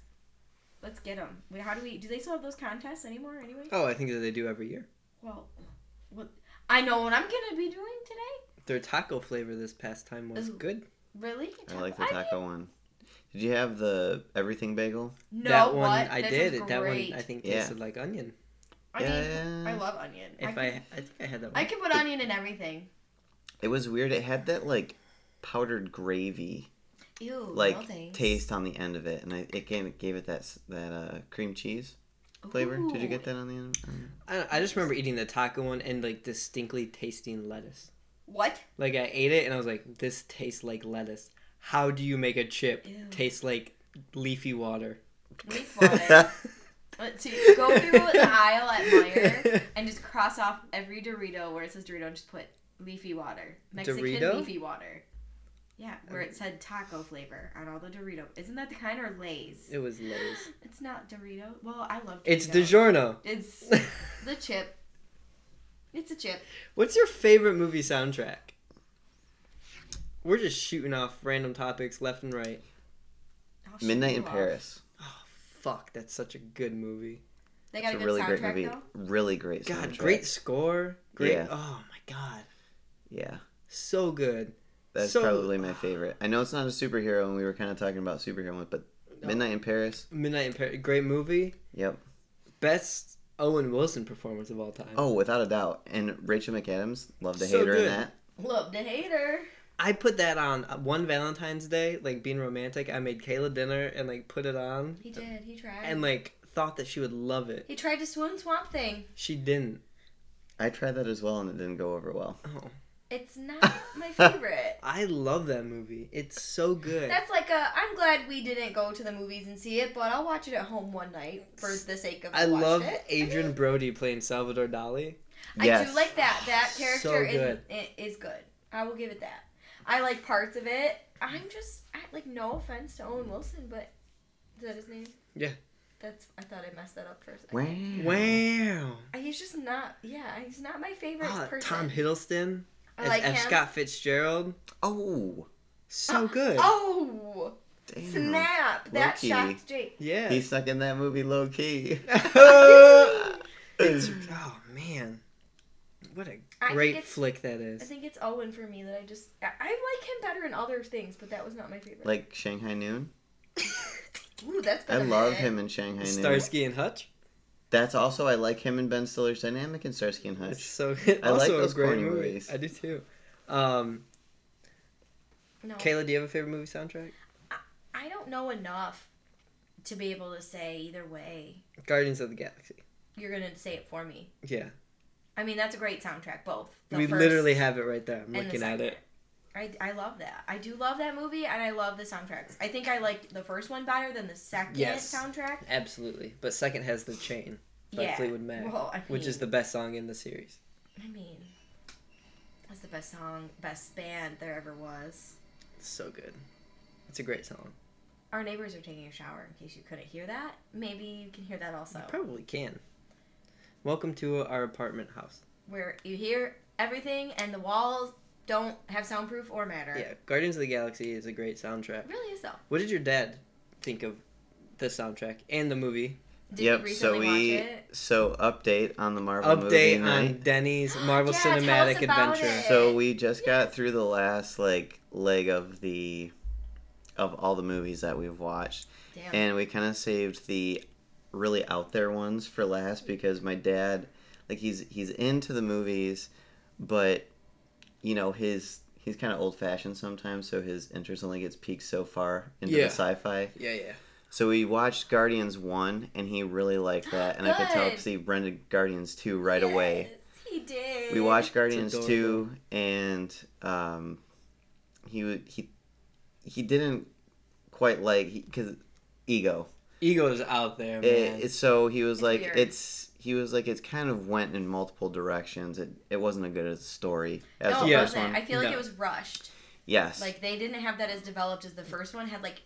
Speaker 1: Let's get them. How do we? Do they still have those contests anymore? Anyway,
Speaker 4: Oh, I think that they do every year.
Speaker 1: well, what? I know what I'm gonna be doing today.
Speaker 4: Their taco flavor this past time was
Speaker 1: Ooh.
Speaker 4: good.
Speaker 1: Really?
Speaker 3: I like the
Speaker 1: mean,
Speaker 3: taco one. Did you have the everything bagel?
Speaker 1: no,
Speaker 4: that one
Speaker 1: what?
Speaker 4: I
Speaker 1: This
Speaker 4: did.
Speaker 1: was
Speaker 4: That one
Speaker 1: great.
Speaker 4: I think
Speaker 3: Yeah.
Speaker 4: tasted like onion.
Speaker 1: I mean,
Speaker 3: Yeah.
Speaker 1: I love onion.
Speaker 4: If I,
Speaker 1: I,
Speaker 4: I,
Speaker 1: can-
Speaker 4: think I had that.
Speaker 1: I
Speaker 4: One.
Speaker 1: can put onion in everything.
Speaker 3: It was weird. It had that like powdered gravy
Speaker 1: Ew.
Speaker 3: like
Speaker 1: no thanks.
Speaker 3: taste on the end of it, and I, it gave gave it that s- that uh, cream cheese flavor. Did you
Speaker 1: Ooh.
Speaker 3: get that on the end?
Speaker 4: I, don't- I just remember eating the taco one and like distinctly tasting lettuce.
Speaker 1: What?
Speaker 4: Like I ate it and I was like, this tastes like lettuce. How do you make a chip
Speaker 1: Ew.
Speaker 4: taste like leafy water?
Speaker 3: (laughs)
Speaker 1: Leaf water. Let's see. Go through the aisle at Meijer
Speaker 4: Meyer.
Speaker 1: and just cross off every Dorito where it says Dorito and just put leafy water. Mexican
Speaker 4: Dorito?
Speaker 1: leafy water. Yeah, where it said taco flavor on all the Dorito. Isn't that the kind or Lay's?
Speaker 4: It was
Speaker 1: (gasps)
Speaker 4: Lay's.
Speaker 1: It's not Dorito. Well, I love Dorito.
Speaker 4: It's DiGiorno. (laughs)
Speaker 1: It's
Speaker 3: (laughs)
Speaker 1: the chip. It's a chip.
Speaker 4: What's your favorite movie soundtrack? We're just shooting off random topics left and right.
Speaker 1: I'll shoot
Speaker 3: Midnight
Speaker 1: you
Speaker 3: in
Speaker 1: off.
Speaker 3: Paris.
Speaker 4: Oh, fuck, that's such a good movie.
Speaker 1: They
Speaker 3: It's
Speaker 1: got
Speaker 3: a
Speaker 1: a good
Speaker 3: really
Speaker 1: soundtrack
Speaker 3: great movie.
Speaker 1: though.
Speaker 3: Really great
Speaker 4: God,
Speaker 3: soundtrack.
Speaker 4: great score. Great.
Speaker 3: Yeah.
Speaker 4: Oh my god.
Speaker 3: Yeah.
Speaker 4: So good.
Speaker 3: That's
Speaker 4: So-
Speaker 3: probably my favorite. I know it's not a superhero, and we were kind of talking about superhero ones, but
Speaker 4: No.
Speaker 3: Midnight in Paris.
Speaker 4: Midnight in Paris. Great movie.
Speaker 3: Yep.
Speaker 4: Best Owen Wilson performance of all time.
Speaker 3: Oh, without a doubt. And Rachel McAdams, love to
Speaker 4: So
Speaker 3: hate her in
Speaker 4: good.
Speaker 3: that.
Speaker 1: Love the hater.
Speaker 4: I put that on uh, one Valentine's Day, like being romantic. I made Kayla dinner and like put it on
Speaker 3: Uh,
Speaker 1: He did. He tried.
Speaker 4: and like thought that she would love it.
Speaker 1: he tried to swim Swamp Thing.
Speaker 4: She didn't.
Speaker 3: I tried that as well, and it didn't go over well.
Speaker 4: Oh,
Speaker 1: It's not
Speaker 3: (laughs)
Speaker 1: my favorite.
Speaker 4: I love that movie. It's so good.
Speaker 1: That's like a. I'm glad we didn't go to the movies and see it, but I'll watch it at home one night for the sake of.
Speaker 4: I
Speaker 1: watched
Speaker 4: love
Speaker 1: it.
Speaker 4: Adrian Brody playing Salvador Dali.
Speaker 1: I do like that. That
Speaker 4: So
Speaker 1: character
Speaker 4: good.
Speaker 1: Is, i- is good. I will give it that. I like parts of it. I'm just I, like no offense to Owen Wilson, but is that his name?
Speaker 4: Yeah.
Speaker 1: That's I thought I messed that up first.
Speaker 3: Wow.
Speaker 4: Wow.
Speaker 1: He's just not. Yeah, he's not my favorite
Speaker 4: Ah,
Speaker 1: person.
Speaker 4: Tom Hiddleston
Speaker 1: I
Speaker 4: as
Speaker 1: like
Speaker 4: F.
Speaker 1: him.
Speaker 4: Scott Fitzgerald.
Speaker 3: Oh,
Speaker 4: So good.
Speaker 1: Oh
Speaker 3: damn.
Speaker 1: snap! That
Speaker 3: Low-key.
Speaker 1: shocked Jake.
Speaker 4: Yeah.
Speaker 3: He stuck in that movie low key.
Speaker 4: It's- (laughs) oh man, what a
Speaker 1: I think
Speaker 4: great
Speaker 1: it's-
Speaker 4: flick that
Speaker 1: I
Speaker 4: is.
Speaker 1: think it's Owen for me that I just I, I like him better in other things, but that was not my
Speaker 3: (laughs)
Speaker 1: favorite.
Speaker 3: like Shanghai Noon.
Speaker 1: Ooh, that's
Speaker 3: I
Speaker 1: been a
Speaker 3: love
Speaker 1: minute.
Speaker 3: him in Shanghai Noon.
Speaker 4: Starsky and Hutch.
Speaker 3: That's also I like him and Ben Stiller's dynamic in Starsky and
Speaker 4: It's
Speaker 3: Hutch.
Speaker 4: so (laughs)
Speaker 3: I like
Speaker 4: also
Speaker 3: those
Speaker 4: a great
Speaker 3: corny
Speaker 4: movie.
Speaker 3: movies.
Speaker 4: I do too. Um,
Speaker 1: No,
Speaker 4: Kayla, do you have a favorite movie soundtrack?
Speaker 1: I don't know enough to be able to say either way.
Speaker 4: Guardians of the Galaxy.
Speaker 1: You're gonna say it for me.
Speaker 4: Yeah,
Speaker 1: I mean, that's a great soundtrack. Both. The
Speaker 4: we
Speaker 1: first
Speaker 4: literally have it right there. I'm
Speaker 1: and the
Speaker 4: looking at
Speaker 1: second.
Speaker 4: it.
Speaker 1: I, I love that. I do love that movie, and I love the soundtracks. I think I liked the first one better than the second
Speaker 4: Yes.
Speaker 1: soundtrack.
Speaker 4: Absolutely, but second has the chain by
Speaker 1: yeah.
Speaker 4: Fleetwood Mac,
Speaker 1: Well, I mean,
Speaker 4: which is the best song in the series.
Speaker 1: I mean, that's the best song, best band there ever was.
Speaker 4: It's so good. It's a great song.
Speaker 1: Our neighbors are taking a shower. In case you couldn't hear that, maybe you can hear that also.
Speaker 4: You probably can. Welcome to our apartment house.
Speaker 1: Where you hear everything, and the walls don't have soundproof or matter.
Speaker 4: Yeah, Guardians of the Galaxy is a great soundtrack.
Speaker 1: It really is though.
Speaker 4: What did your dad think of the soundtrack and the movie?
Speaker 1: Did you
Speaker 3: yep. So
Speaker 1: recently
Speaker 3: we
Speaker 1: watch it?
Speaker 3: so update on the Marvel movie
Speaker 4: Update on
Speaker 3: night.
Speaker 4: Denny's Marvel
Speaker 1: Yeah, tell us
Speaker 4: Cinematic
Speaker 1: about
Speaker 4: Adventure.
Speaker 1: it.
Speaker 3: So we just got through the last like leg of the of all the movies that we've watched.
Speaker 1: Damn.
Speaker 3: And we kind of saved the really out there ones for last because my dad, like he's he's into the movies, but you know his he's kind of old fashioned sometimes, so his interest only gets peaked so far into
Speaker 4: Yeah.
Speaker 3: the sci-fi.
Speaker 4: Yeah, yeah.
Speaker 3: So we watched Guardians one, and he really liked that, and I could tell
Speaker 1: Good.
Speaker 3: because he rented Guardians two right away.
Speaker 1: Yes, He did.
Speaker 3: We watched Guardians
Speaker 4: adorable.
Speaker 3: two, and um, he would- he he didn't quite like because ego.
Speaker 4: Ego's out there, Oh, man.
Speaker 3: It, it's so he was
Speaker 1: It's
Speaker 3: like
Speaker 1: weird.
Speaker 3: it's he was like it's kind of went in multiple directions. It it wasn't a good story as
Speaker 1: no,
Speaker 3: the
Speaker 1: it
Speaker 4: Yeah.
Speaker 3: first
Speaker 1: wasn't.
Speaker 3: one.
Speaker 1: I feel like
Speaker 4: No.
Speaker 1: it was rushed.
Speaker 3: yes.
Speaker 1: Like they didn't have that as developed as the first one had. Like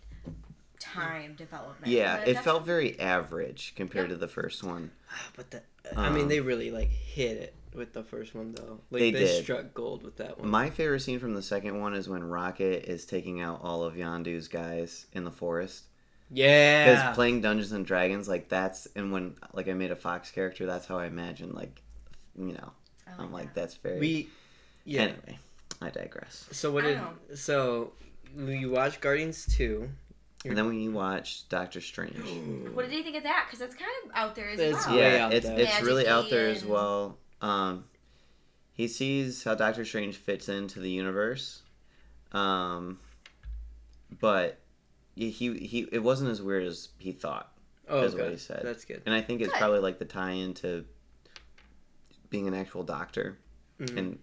Speaker 1: time development.
Speaker 3: yeah,
Speaker 1: But
Speaker 3: it
Speaker 1: that's-
Speaker 3: felt very average compared
Speaker 1: Yeah.
Speaker 3: to the first one.
Speaker 4: but the, I
Speaker 3: Um,
Speaker 4: mean, they really like hit it with the first one though. Like
Speaker 3: They
Speaker 4: they,
Speaker 3: did.
Speaker 4: struck gold with that one.
Speaker 3: My favorite scene from the second one is when Rocket is taking out all of Yondu's guys in the forest. Because
Speaker 4: yeah.
Speaker 3: playing Dungeons and Dragons, like that's and when like I made a fox character, that's how I imagine like, you know,
Speaker 1: I
Speaker 3: I'm like
Speaker 1: that.
Speaker 3: that's very.
Speaker 4: we yeah.
Speaker 3: Anyway, I digress.
Speaker 4: So what
Speaker 1: I
Speaker 4: did so you watched Guardians 2?
Speaker 3: And then we watched Doctor Strange.
Speaker 4: Oh,
Speaker 1: What did he think of that? Because that's kind of out there as
Speaker 4: It's-
Speaker 1: well.
Speaker 4: way
Speaker 3: yeah,
Speaker 4: out
Speaker 3: it's
Speaker 4: there.
Speaker 3: it's really out there as
Speaker 1: Magic-y
Speaker 3: well. Um, he sees how Doctor Strange fits into the universe, um, but he he it wasn't as weird as he thought,
Speaker 4: Oh,
Speaker 3: That's what
Speaker 4: good.
Speaker 3: he said.
Speaker 4: That's good.
Speaker 3: and I think it's
Speaker 1: Good.
Speaker 3: probably like the tie-in to being an actual doctor
Speaker 4: Mhm.
Speaker 3: and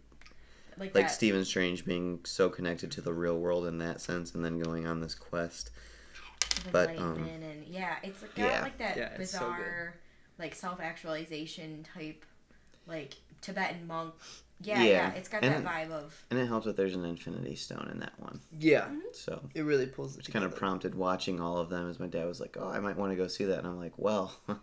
Speaker 1: Like,
Speaker 3: like
Speaker 1: that.
Speaker 3: Stephen Strange being so connected to the real world in that sense, and then going on this quest.
Speaker 1: with
Speaker 3: but,
Speaker 1: lightning
Speaker 3: um,
Speaker 1: and yeah, it's like got
Speaker 3: yeah.
Speaker 1: like that
Speaker 4: Yeah, it's so good.
Speaker 1: bizarre, like self-actualization type, like Tibetan monk. Yeah,
Speaker 3: Yeah.
Speaker 1: yeah, it's got
Speaker 3: And-
Speaker 1: that vibe of
Speaker 3: And it helps that there's an infinity stone in that one.
Speaker 4: Yeah,
Speaker 1: Mm-hmm.
Speaker 3: So
Speaker 4: it really pulls it
Speaker 3: it's kind of prompted watching all of them as my dad was like, Oh, I might want to go see that and I'm like, Well, (laughs)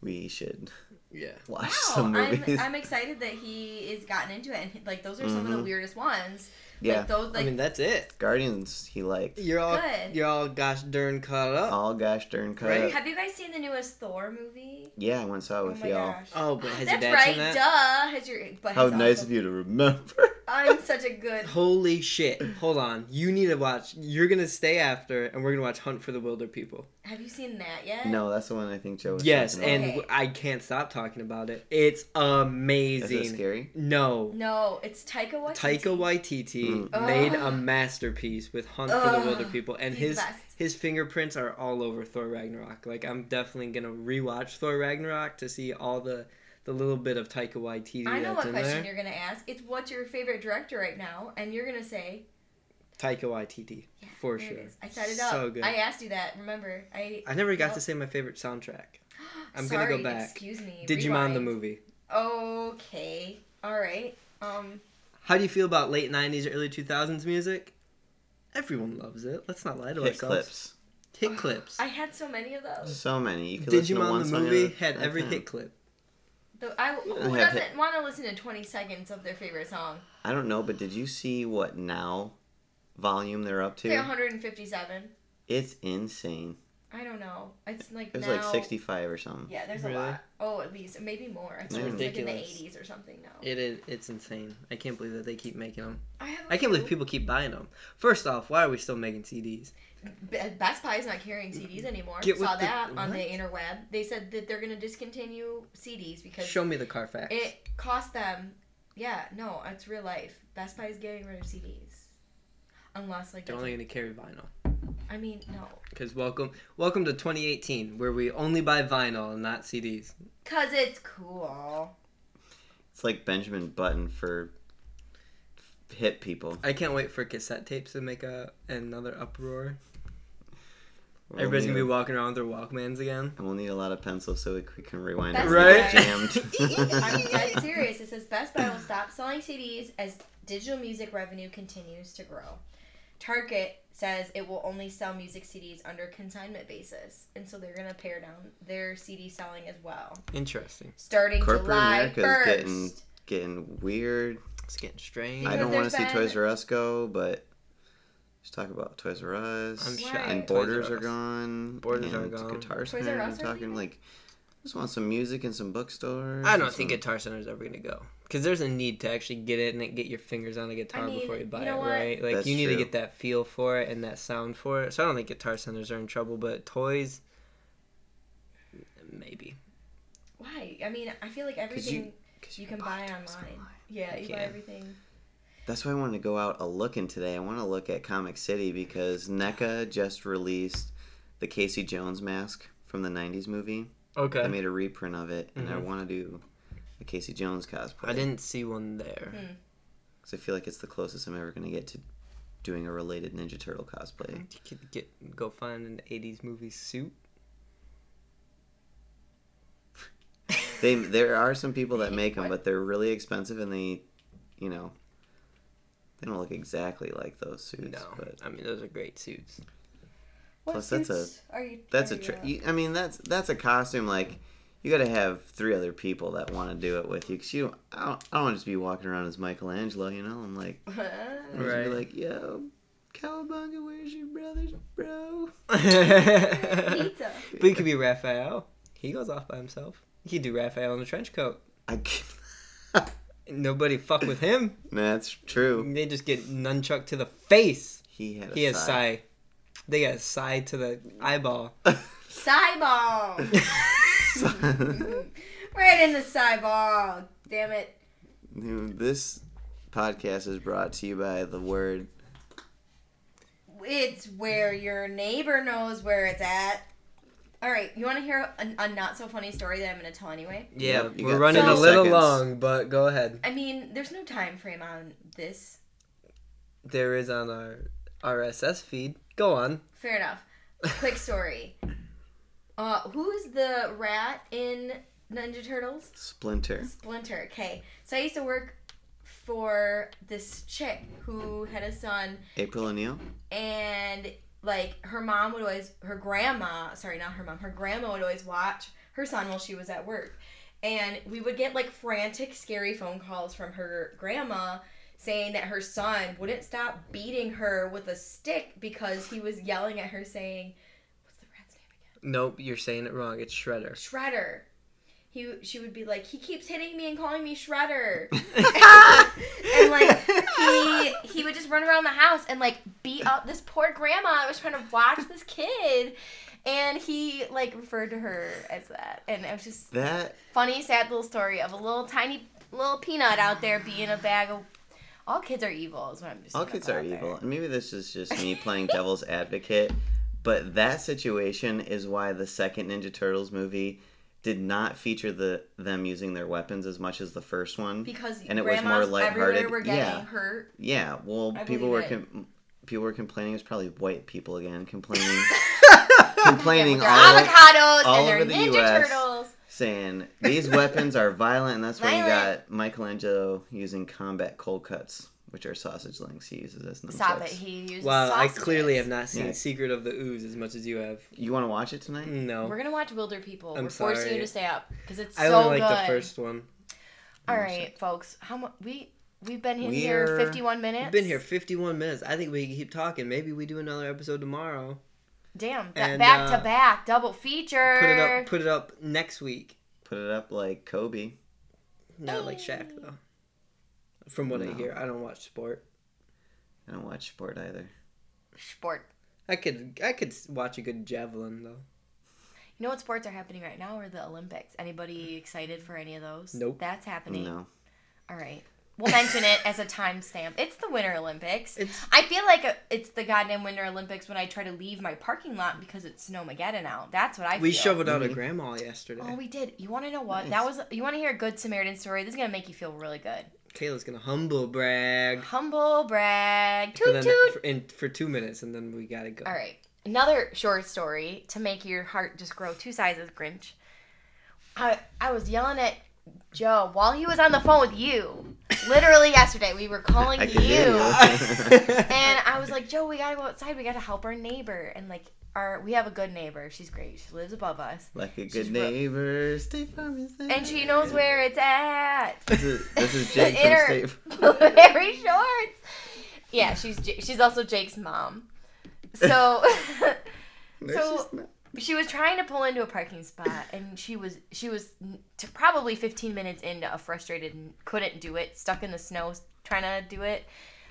Speaker 3: we should
Speaker 4: yeah.
Speaker 3: watch
Speaker 1: wow.
Speaker 3: some
Speaker 1: I'm
Speaker 3: movies.
Speaker 1: I'm excited that he is gotten into it, and like those are some of the
Speaker 3: Mhm.
Speaker 1: weirdest ones.
Speaker 3: (laughs) yeah.
Speaker 1: Like those,
Speaker 4: I
Speaker 1: like
Speaker 4: mean, that's it.
Speaker 3: Guardians he liked.
Speaker 4: You're all
Speaker 1: Good.
Speaker 4: you're all gosh darn caught up.
Speaker 3: All gosh darn cut
Speaker 4: Right?
Speaker 3: up.
Speaker 1: have you guys seen the newest Thor movie?
Speaker 3: Yeah, I once saw it
Speaker 1: Oh
Speaker 3: with
Speaker 1: my
Speaker 3: y'all.
Speaker 1: gosh.
Speaker 4: Oh, but has your
Speaker 1: That's
Speaker 4: dad
Speaker 1: right,
Speaker 4: seen that?
Speaker 1: duh. Has your but
Speaker 3: How
Speaker 1: has
Speaker 3: nice
Speaker 1: also-
Speaker 3: of you to remember. (laughs)
Speaker 1: I'm such a good.
Speaker 4: Holy shit! Hold on, you need to watch. You're gonna stay after, and we're gonna watch Hunt for the Wilder People.
Speaker 1: Have you seen that yet?
Speaker 3: no, that's the one I think Joe was
Speaker 4: Yes,
Speaker 3: talking about.
Speaker 4: and w- I can't stop talking about it. It's amazing.
Speaker 3: Is it scary?
Speaker 4: No,
Speaker 1: No, it's Taika Waititi.
Speaker 4: Taika Waititi
Speaker 3: Mm.
Speaker 4: made a
Speaker 1: Ugh.
Speaker 4: masterpiece with Hunt for the
Speaker 1: Oh. Ugh.
Speaker 4: Wilder People, and
Speaker 1: He's
Speaker 4: his
Speaker 1: the best.
Speaker 4: his fingerprints are all over Thor Ragnarok. Like I'm definitely gonna rewatch Thor Ragnarok to see all the the little bit of Taika Waititi
Speaker 1: I know
Speaker 4: that's
Speaker 1: what
Speaker 4: in
Speaker 1: question
Speaker 4: there.
Speaker 1: you're gonna ask. It's what's your favorite director right now, and you're gonna say
Speaker 4: Taika Waititi
Speaker 1: yeah,
Speaker 4: for
Speaker 1: there
Speaker 4: sure.
Speaker 1: It is. I set it
Speaker 4: so
Speaker 1: up.
Speaker 4: good.
Speaker 1: I asked you that. Remember, I.
Speaker 4: I never got
Speaker 1: Nope.
Speaker 4: to say my favorite
Speaker 1: (gasps)
Speaker 4: soundtrack. I'm gonna
Speaker 1: Sorry,
Speaker 4: go back.
Speaker 1: Excuse me.
Speaker 4: Digimon the
Speaker 1: rewind.
Speaker 4: movie.
Speaker 1: Okay. All right. Um.
Speaker 4: How do you feel about late '90s, early 2000s music? Everyone loves it. Let's not lie to
Speaker 3: Hit
Speaker 4: ourselves.
Speaker 3: clips.
Speaker 4: Hit clips.
Speaker 1: I had so many of those.
Speaker 3: So many. You could listen to one
Speaker 4: Digimon the
Speaker 3: song at
Speaker 4: movie
Speaker 3: a-
Speaker 4: had
Speaker 3: at a
Speaker 4: every
Speaker 3: time.
Speaker 4: hit clip.
Speaker 1: Though I,
Speaker 3: don't
Speaker 1: who
Speaker 3: have
Speaker 1: doesn't want to listen to 20 seconds of their favorite song?
Speaker 3: I don't know, but did you see what now volume they're up
Speaker 1: It's like
Speaker 3: to?
Speaker 1: 157.
Speaker 3: It's insane.
Speaker 1: I don't know. It's like
Speaker 3: It was
Speaker 1: now,
Speaker 3: like 65 or something.
Speaker 1: Yeah, there's
Speaker 4: Really?
Speaker 1: a lot. Oh, at least maybe more. I think
Speaker 3: Mm.
Speaker 1: it's like in the
Speaker 4: Ridiculous.
Speaker 1: 80s or something now.
Speaker 4: It is. It's insane. I can't believe that they keep making them.
Speaker 1: I, have a
Speaker 4: I can't
Speaker 1: few.
Speaker 4: believe people keep buying them. First off, why are we still making CDs?
Speaker 1: Be- Best Buy is not carrying CDs anymore.
Speaker 4: Get with
Speaker 1: Saw
Speaker 4: the-
Speaker 1: that on the
Speaker 4: what?
Speaker 1: interweb. They said that they're gonna discontinue CDs because
Speaker 4: Show me the Carfax.
Speaker 1: it cost them. Yeah, no, it's real life. Best Buy is getting rid of CDs, unless like
Speaker 4: They're only gonna carry vinyl.
Speaker 1: I mean no,
Speaker 4: Cause welcome, welcome to 2018, where we only buy vinyl and not CDs.
Speaker 1: cause it's cool.
Speaker 3: It's like Benjamin Button for hit people.
Speaker 4: I can't wait for cassette tapes to make a another uproar.
Speaker 3: We'll
Speaker 4: Everybody's
Speaker 3: need
Speaker 4: gonna be
Speaker 3: a-
Speaker 4: walking around with their Walkmans again.
Speaker 3: And we'll need a lot of pencils so we c- can rewind
Speaker 1: That's
Speaker 3: it when we get (laughs)
Speaker 1: right.
Speaker 3: jammed.
Speaker 1: I'm dead serious. It says Best Buy will stop selling CDs as digital music revenue continues to grow. Target says it will only sell music CDs under consignment basis, and so they're gonna pare down their CD selling as well,
Speaker 4: Interesting.
Speaker 1: starting
Speaker 3: Corporate
Speaker 1: July
Speaker 3: America's
Speaker 1: first.
Speaker 3: getting- (laughs) Getting weird.
Speaker 4: It's getting strange.
Speaker 3: I
Speaker 1: Because
Speaker 3: don't want to
Speaker 1: there's
Speaker 3: see
Speaker 1: been-
Speaker 3: Toys R Us go, but let's talk about Toys R Us.
Speaker 4: I'm
Speaker 1: sure-
Speaker 3: And
Speaker 1: Right.
Speaker 3: Borders
Speaker 4: Toys R
Speaker 3: are
Speaker 4: Us.
Speaker 3: gone.
Speaker 4: Borders are
Speaker 3: and
Speaker 4: gone.
Speaker 3: Guitar
Speaker 1: R
Speaker 3: Center. I'm
Speaker 1: Us are
Speaker 3: talking
Speaker 1: leaving?
Speaker 3: like, just want some music and some bookstores.
Speaker 4: I don't
Speaker 3: and
Speaker 4: think
Speaker 3: some-
Speaker 4: Guitar Center is ever gonna go because there's a need to actually get it and get your fingers on a guitar
Speaker 1: I mean,
Speaker 4: before you buy
Speaker 1: you know
Speaker 4: it,
Speaker 1: what?
Speaker 4: right? Like
Speaker 3: That's
Speaker 4: you need to
Speaker 3: true.
Speaker 4: get that feel for it and that sound for it. So I don't think Guitar Centers are in trouble, but toys, maybe.
Speaker 1: Why? I mean, I feel like everything you,
Speaker 3: 'cause
Speaker 1: can buy online. Yeah,
Speaker 4: You
Speaker 1: you buy
Speaker 4: can.
Speaker 1: everything.
Speaker 3: That's why I wanted to go out a looking today. I want to look at Comic City because NECA just released the Casey Jones mask from the 90s movie.
Speaker 4: Okay.
Speaker 3: They made a reprint of it, and I
Speaker 4: Mhm.
Speaker 3: want to do a Casey Jones cosplay.
Speaker 4: I didn't see one there.
Speaker 1: Hmm.
Speaker 3: Because I feel like it's the closest I'm ever going to get to doing a related Ninja Turtle cosplay.
Speaker 4: You could get go find an '80s movie suit.
Speaker 3: They there are some people that make them, but they're really expensive, and they, you know, they don't look exactly like those suits.
Speaker 4: No,
Speaker 3: but
Speaker 4: I mean those are great suits.
Speaker 1: What
Speaker 3: Plus, that's a-
Speaker 1: suits Are you?
Speaker 3: that's
Speaker 1: are
Speaker 3: a
Speaker 1: you,
Speaker 3: tr-
Speaker 1: uh,
Speaker 3: you, I mean that's that's a costume like you got to have three other people that want to do it with you because you don't, I don't, I don't want to just be walking around as Michelangelo, you know. I'm like, I'm just gonna
Speaker 4: Right.
Speaker 3: be like, yo, Cowabunga, where's your brothers, bro?
Speaker 4: but
Speaker 1: (laughs) Pizza.
Speaker 4: you could be Raphael. He goes off by himself. You could do Raphael in a trench coat.
Speaker 3: I (laughs) can't-
Speaker 4: Nobody fuck with him.
Speaker 3: that's true.
Speaker 4: They just get nunchuck to the face.
Speaker 3: He had a
Speaker 4: He has
Speaker 3: sigh.
Speaker 4: sigh. They got a sigh to the eyeball.
Speaker 3: (laughs)
Speaker 1: Cyball. right in the cyball. Damn it.
Speaker 3: Dude, this podcast is brought to you by the word
Speaker 1: It's where your neighbor knows where it's at. All right, you want to hear a, a not so funny story that I'm going to tell anyway?
Speaker 4: Yeah,
Speaker 3: Yep, you
Speaker 4: we're
Speaker 3: got
Speaker 4: running a
Speaker 1: 30
Speaker 4: little
Speaker 3: seconds.
Speaker 4: long, but go ahead.
Speaker 1: I mean, there's no time frame on this.
Speaker 4: There is on our RSS feed. Go on.
Speaker 1: Fair enough. Quick story. Uh, who's the rat in Ninja Turtles?
Speaker 3: Splinter.
Speaker 1: Splinter. Okay. So I used to work for this chick who had a son,
Speaker 3: April O'Neil.
Speaker 1: and like her mom would always, her grandma, sorry, not her mom, her grandma would always watch her son while she was at work. And we would get like frantic, scary phone calls from her grandma saying that her son wouldn't stop beating her with a stick because he was yelling at her saying, What's the rat's name again?
Speaker 4: Nope, you're saying it wrong. It's Shredder.
Speaker 1: Shredder. He, she would be like, he keeps hitting me and calling
Speaker 3: (laughs)
Speaker 1: me Shredder. (laughs) and like he he would just run around the house and like beat up this poor grandma that was trying to watch this kid and he like referred to her as that and it was just
Speaker 3: that
Speaker 1: funny sad little story of a little tiny little peanut out there being a bag of all kids are evil is what i'm just
Speaker 3: all
Speaker 1: gonna
Speaker 3: kids
Speaker 1: put
Speaker 3: are
Speaker 1: out there.
Speaker 3: evil. And maybe this is just me playing devil's advocate, but that situation is why the second Ninja Turtles movie did not feature the them using their weapons as much as the first one.
Speaker 1: because
Speaker 3: And it was more
Speaker 1: grandmas everywhere
Speaker 3: lighthearted.
Speaker 1: were getting
Speaker 3: Yeah.
Speaker 1: hurt
Speaker 3: Yeah, well,
Speaker 1: I
Speaker 3: people were
Speaker 1: believe
Speaker 3: com- people were complaining. It's probably white people again
Speaker 1: (laughs)
Speaker 3: complaining, complaining
Speaker 1: their
Speaker 3: all o-
Speaker 1: avocados
Speaker 3: all
Speaker 1: and their
Speaker 3: over the
Speaker 1: ninja
Speaker 3: US.
Speaker 1: turtles
Speaker 3: saying these weapons are violent, and that's why you
Speaker 1: Violent.
Speaker 3: got Michelangelo using combat cold cuts, which are sausage links. He uses as nunchucks.
Speaker 1: stop it he used
Speaker 4: Wow,
Speaker 1: sausages.
Speaker 4: I clearly have not seen
Speaker 3: Yeah.
Speaker 4: Secret of the Ooze as much as you have.
Speaker 3: You want to watch it tonight?
Speaker 4: No.
Speaker 1: We're gonna watch Wilder People.
Speaker 4: I'm
Speaker 1: We're forcing
Speaker 4: sorry.
Speaker 1: you to stay up because it's
Speaker 4: I
Speaker 1: so
Speaker 4: only
Speaker 1: good.
Speaker 4: like the first one.
Speaker 1: All
Speaker 3: Oh,
Speaker 1: right, folks. How much we we've been in here
Speaker 3: We're-
Speaker 1: fifty-one minutes.
Speaker 4: We've been here 51 minutes. I think we can keep talking. Maybe we do another episode tomorrow.
Speaker 1: Damn, ba-
Speaker 4: and,
Speaker 1: back
Speaker 4: uh,
Speaker 1: to back, double feature.
Speaker 4: Put it up. Put it up next week.
Speaker 3: Put it up like Kobe.
Speaker 4: Not like Shaq though. From what I
Speaker 3: No.
Speaker 4: hear, I don't watch sport.
Speaker 3: I don't watch sport either.
Speaker 1: Sport.
Speaker 4: I could I could s- watch a good javelin though.
Speaker 1: You know what sports are happening right now? Are the Olympics? Anybody excited for any of those?
Speaker 4: Nope.
Speaker 1: That's happening.
Speaker 3: No.
Speaker 1: All right. We'll mention it as a timestamp. It's the Winter Olympics.
Speaker 4: It's-
Speaker 1: I feel like uh, it's the goddamn Winter Olympics when I try to leave my parking lot because it's snowmageddon out. That's what I feel.
Speaker 4: We shoveled out a grandma yesterday.
Speaker 1: Oh, we did. You want to know what? That was. You want to hear a good Samaritan story? This is gonna make you feel really good.
Speaker 4: Kayla's gonna humble brag
Speaker 1: Humble brag.
Speaker 4: for,
Speaker 1: Toot
Speaker 4: the,
Speaker 1: toot.
Speaker 4: ne- for, in, for two minutes, and then we gotta go.
Speaker 1: All right. (laughs) Another short story to make your heart just grow two sizes, Grinch. I I was yelling at Joe while he was on the phone with you. Literally yesterday, we
Speaker 4: (laughs)
Speaker 1: were calling
Speaker 3: I
Speaker 1: you,
Speaker 3: can hear you.
Speaker 1: and I was like, Joe, we gotta go outside. We gotta help our neighbor, and like. Our, we have a good neighbor. She's great. She lives above us.
Speaker 3: like a
Speaker 1: She's
Speaker 3: good
Speaker 1: ro-
Speaker 3: neighbor, State Farm is there.
Speaker 1: And she knows where it's at.
Speaker 3: (laughs) This is, this
Speaker 1: (laughs)
Speaker 3: is Jake
Speaker 1: In
Speaker 3: from
Speaker 1: her-
Speaker 3: State Farm.
Speaker 1: Very short. Yeah, she's Ja- she's also Jake's mom. So (laughs) so she was trying to pull into a parking spot and she was she was n- t- probably 15 minutes into a frustrated and couldn't do it, stuck in the snow s- trying to do it.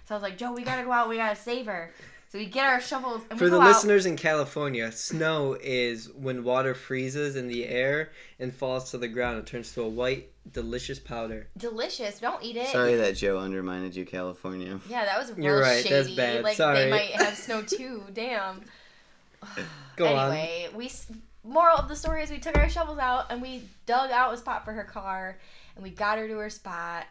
Speaker 1: So I was like, "Joe, we got to go out. We got to save her." So we get our shovels and
Speaker 4: (laughs)
Speaker 1: we
Speaker 4: For the
Speaker 1: go out.
Speaker 4: listeners in California, snow is when water freezes in the air and falls to the ground. It turns to a white, delicious powder.
Speaker 1: Delicious. Don't eat it.
Speaker 3: Sorry that Joe undermined you, California.
Speaker 1: Yeah, that was real
Speaker 4: You're right,
Speaker 1: shady.
Speaker 4: that's bad.
Speaker 1: Like
Speaker 4: Sorry.
Speaker 1: they might
Speaker 4: (laughs)
Speaker 1: have snow too. Damn.
Speaker 4: Go on.
Speaker 1: anyway, we s- moral of the story is we took our shovels out and we dug out a spot for her car and we got her to her spot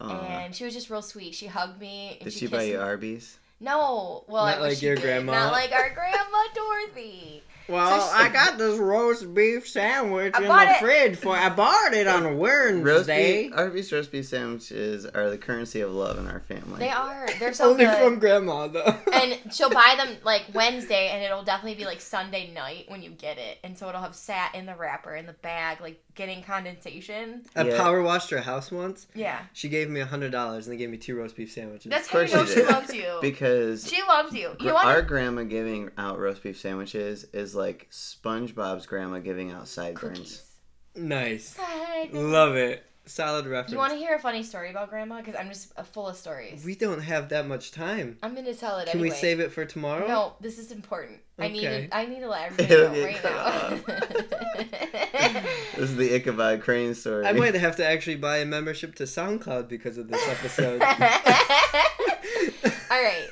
Speaker 3: Aw.
Speaker 1: and she was just real sweet. She hugged me and
Speaker 3: Did
Speaker 1: she,
Speaker 3: she
Speaker 1: kissed
Speaker 3: buy you
Speaker 1: me.
Speaker 3: Arby's?
Speaker 1: No, well, I
Speaker 4: Not
Speaker 1: wish
Speaker 4: like
Speaker 1: she
Speaker 4: your
Speaker 1: did.
Speaker 4: grandma.
Speaker 1: not like our grandma Dorothy.
Speaker 4: Well,
Speaker 1: So she-
Speaker 4: I got this roast beef sandwich
Speaker 1: I
Speaker 4: in
Speaker 1: bought
Speaker 4: my
Speaker 1: it-
Speaker 4: fridge for. I bought it on a
Speaker 3: Roast
Speaker 4: Wednesday.
Speaker 3: beef, Arby's roast beef sandwiches are the currency of love in our family.
Speaker 1: They are they're so
Speaker 4: Only
Speaker 1: good.
Speaker 4: from grandma though.
Speaker 1: and she'll buy them like Wednesday, and it'll definitely be like Sunday night when you get it, and so it'll have sat in the wrapper in the bag, like getting condensation.
Speaker 4: I
Speaker 3: Yeah.
Speaker 4: power washed her house once.
Speaker 1: Yeah,
Speaker 4: She gave me a hundred dollars and they gave me two roast beef sandwiches.
Speaker 1: that's how you
Speaker 3: course
Speaker 1: know
Speaker 3: she
Speaker 1: she
Speaker 3: did.
Speaker 1: loves you.
Speaker 3: Because
Speaker 1: She loves you. You
Speaker 3: gr-
Speaker 1: know what?
Speaker 3: our grandma giving out roast beef sandwiches is like SpongeBob's grandma giving out sideburns.
Speaker 1: Cookies.
Speaker 4: nice.
Speaker 1: Bye.
Speaker 4: Love it. Solid reference.
Speaker 1: You want to hear a funny story about Grandma? Because I'm just uh, full of stories.
Speaker 4: We don't have that much time.
Speaker 1: I'm gonna tell it
Speaker 4: Can
Speaker 1: anyway.
Speaker 4: we save it for tomorrow?
Speaker 1: No, this is important. I need
Speaker 4: Okay.
Speaker 1: to, I need
Speaker 4: (laughs)
Speaker 1: to let everybody know
Speaker 3: It'll
Speaker 1: right
Speaker 3: get
Speaker 1: now.
Speaker 3: This is the Ichabod Crane story.
Speaker 4: I might have to actually buy a membership to SoundCloud because of this
Speaker 1: (laughs)
Speaker 4: episode. (laughs)
Speaker 1: All right.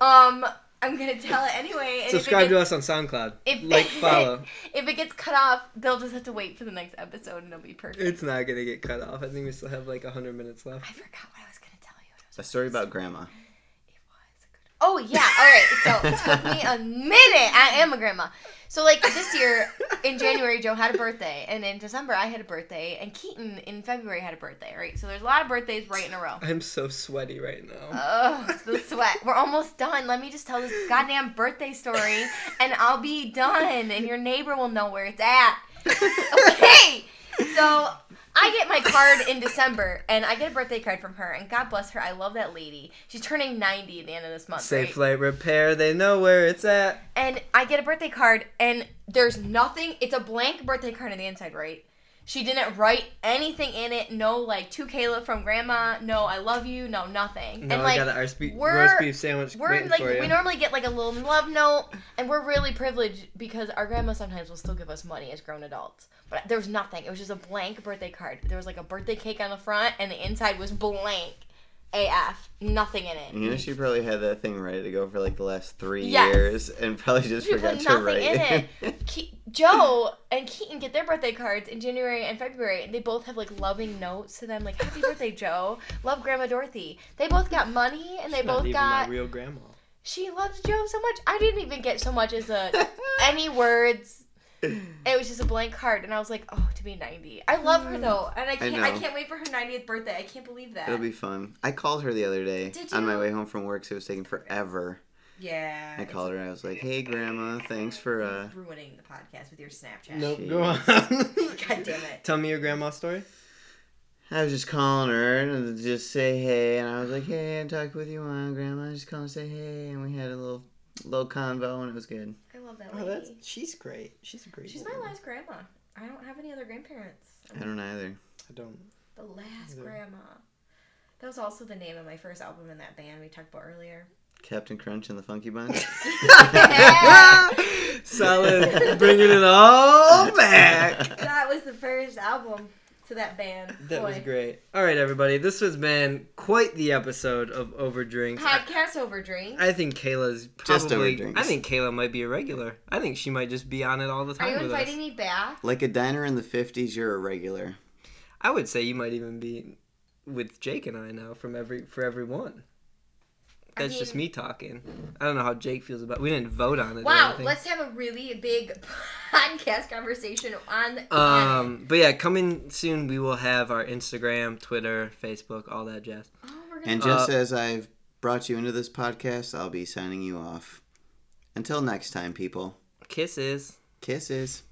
Speaker 1: Um, I'm gonna tell it anyway. and if it
Speaker 4: Subscribe to
Speaker 1: gets-
Speaker 4: us on SoundCloud.
Speaker 1: if- (laughs)
Speaker 4: like, follow.
Speaker 1: If it gets cut off, they'll just have to wait for the next episode, and it'll be perfect.
Speaker 4: It's not gonna get cut off. I think we still have like hundred minutes left.
Speaker 1: I forgot what I was gonna tell you. It was,
Speaker 3: A story about grandma.
Speaker 1: it was a good. Oh yeah. All right. So it took me a minute. I am a grandma. So like this year in January, Joe had a birthday, and in December I had a birthday, and Keaton in February had a birthday. Right. So there's a lot of birthdays right in a row.
Speaker 4: I'm so sweaty right now. (laughs)
Speaker 1: Oh, the sweat. We're almost done. Let me just tell this goddamn birthday story, and I'll be done, and your neighbor will know where it's at. Okay. So I get my card in December, and I get a birthday card from her, and God bless her. I love that lady. She's turning 90 at the end of this month.
Speaker 4: Safe
Speaker 1: right?
Speaker 4: Flight Repair, they know where it's at.
Speaker 1: and I get a birthday card, and there's nothing. It's a blank birthday card on the inside, right? She didn't write anything in it. No, like to Kayla from Grandma. No, I love you. No, nothing.
Speaker 4: No, I
Speaker 1: and like
Speaker 4: got an roast beef,
Speaker 1: we're-
Speaker 4: roast beef sandwich
Speaker 1: we're
Speaker 4: waiting
Speaker 1: like
Speaker 4: for you.
Speaker 1: we normally get like a little love note, and we're really privileged because our grandma sometimes will still give us money as grown adults. But there was nothing. It was just a blank birthday card. There was like a birthday cake on the front, and the inside was blank, AF, nothing in it.
Speaker 3: You know, she probably had that thing ready to go for like the last three
Speaker 1: Yes.
Speaker 3: years and probably just
Speaker 1: She put
Speaker 3: forgot to
Speaker 1: nothing
Speaker 3: write
Speaker 1: in Ke- Joe and Keaton get their birthday cards in January and February, and they both have like loving notes to them, like
Speaker 3: (laughs)
Speaker 1: "Happy birthday, Joe! Love Grandma Dorothy." They both got money, and they
Speaker 4: Not
Speaker 1: both
Speaker 4: even
Speaker 1: got.
Speaker 4: my real grandma.
Speaker 1: she loves Joe so much. I didn't even get so much as a
Speaker 3: (laughs)
Speaker 1: any words. It was just a blank card, and I was like, "Oh, to be 90." I love her though, and I can't. I,
Speaker 3: Mm. know.
Speaker 1: can't wait for her 90th birthday. I can't believe
Speaker 3: (laughs)
Speaker 1: that.
Speaker 3: It'll be fun. I called her the other day
Speaker 1: Did
Speaker 3: on my
Speaker 1: you?
Speaker 3: way home from work 'cause it was taking forever.
Speaker 7: Yeah.
Speaker 3: I called her and I was like, "Hey, Grandma, thanks for uh."
Speaker 7: ruining the podcast with your Snapchat.
Speaker 4: Nope,
Speaker 3: Jeez.
Speaker 4: go on. (laughs)
Speaker 7: God damn it.
Speaker 4: Tell me your grandma story.
Speaker 3: I was just calling her and just say hey, and I was like, "Hey, I'm talking with you on Grandma." Just call and say hey, and we had a little little convo and it was good.
Speaker 1: I love that
Speaker 4: Oh,
Speaker 1: lady.
Speaker 4: that's she's great. She's a great.
Speaker 1: She's my
Speaker 4: woman.
Speaker 1: last grandma. I don't have any other grandparents.
Speaker 3: I don't either.
Speaker 4: I don't.
Speaker 1: The Last
Speaker 4: Yeah.
Speaker 1: Grandma. That was also the name of my first album in that band we talked about earlier.
Speaker 3: Captain Crunch and the Funky Bunch.
Speaker 4: (laughs) Solid, bringing it
Speaker 1: (laughs)
Speaker 4: all back.
Speaker 1: that was the first album to that band.
Speaker 4: That was
Speaker 1: Boy.
Speaker 4: great. All right, everybody. This has been quite the episode of Overdrinks. I,
Speaker 1: Podcast over drink.
Speaker 4: I think Kayla's
Speaker 3: Just
Speaker 4: probably.
Speaker 3: Overdrinks.
Speaker 4: I think Kayla might be a regular. I think she might just be on it all the
Speaker 1: Are
Speaker 4: time
Speaker 1: you
Speaker 4: with
Speaker 1: inviting
Speaker 4: us.
Speaker 1: me back?
Speaker 3: (laughs) like a diner in the '50s, you're a regular.
Speaker 4: I would say you might even be with Jake and I now from every for every one. That's just
Speaker 1: mean-
Speaker 4: me talking. I don't know how Jake feels about. We didn't vote on it. or
Speaker 1: Wow,
Speaker 4: anything.
Speaker 1: let's have a really big (laughs) podcast conversation on. on it.
Speaker 4: Um, but yeah, coming soon we will have our Instagram, Twitter, Facebook, all that jazz.
Speaker 1: oh, we're gonna
Speaker 3: And just as I've brought you into this podcast, I'll be signing you off. Until next time, people.
Speaker 4: Kisses.
Speaker 3: Kisses.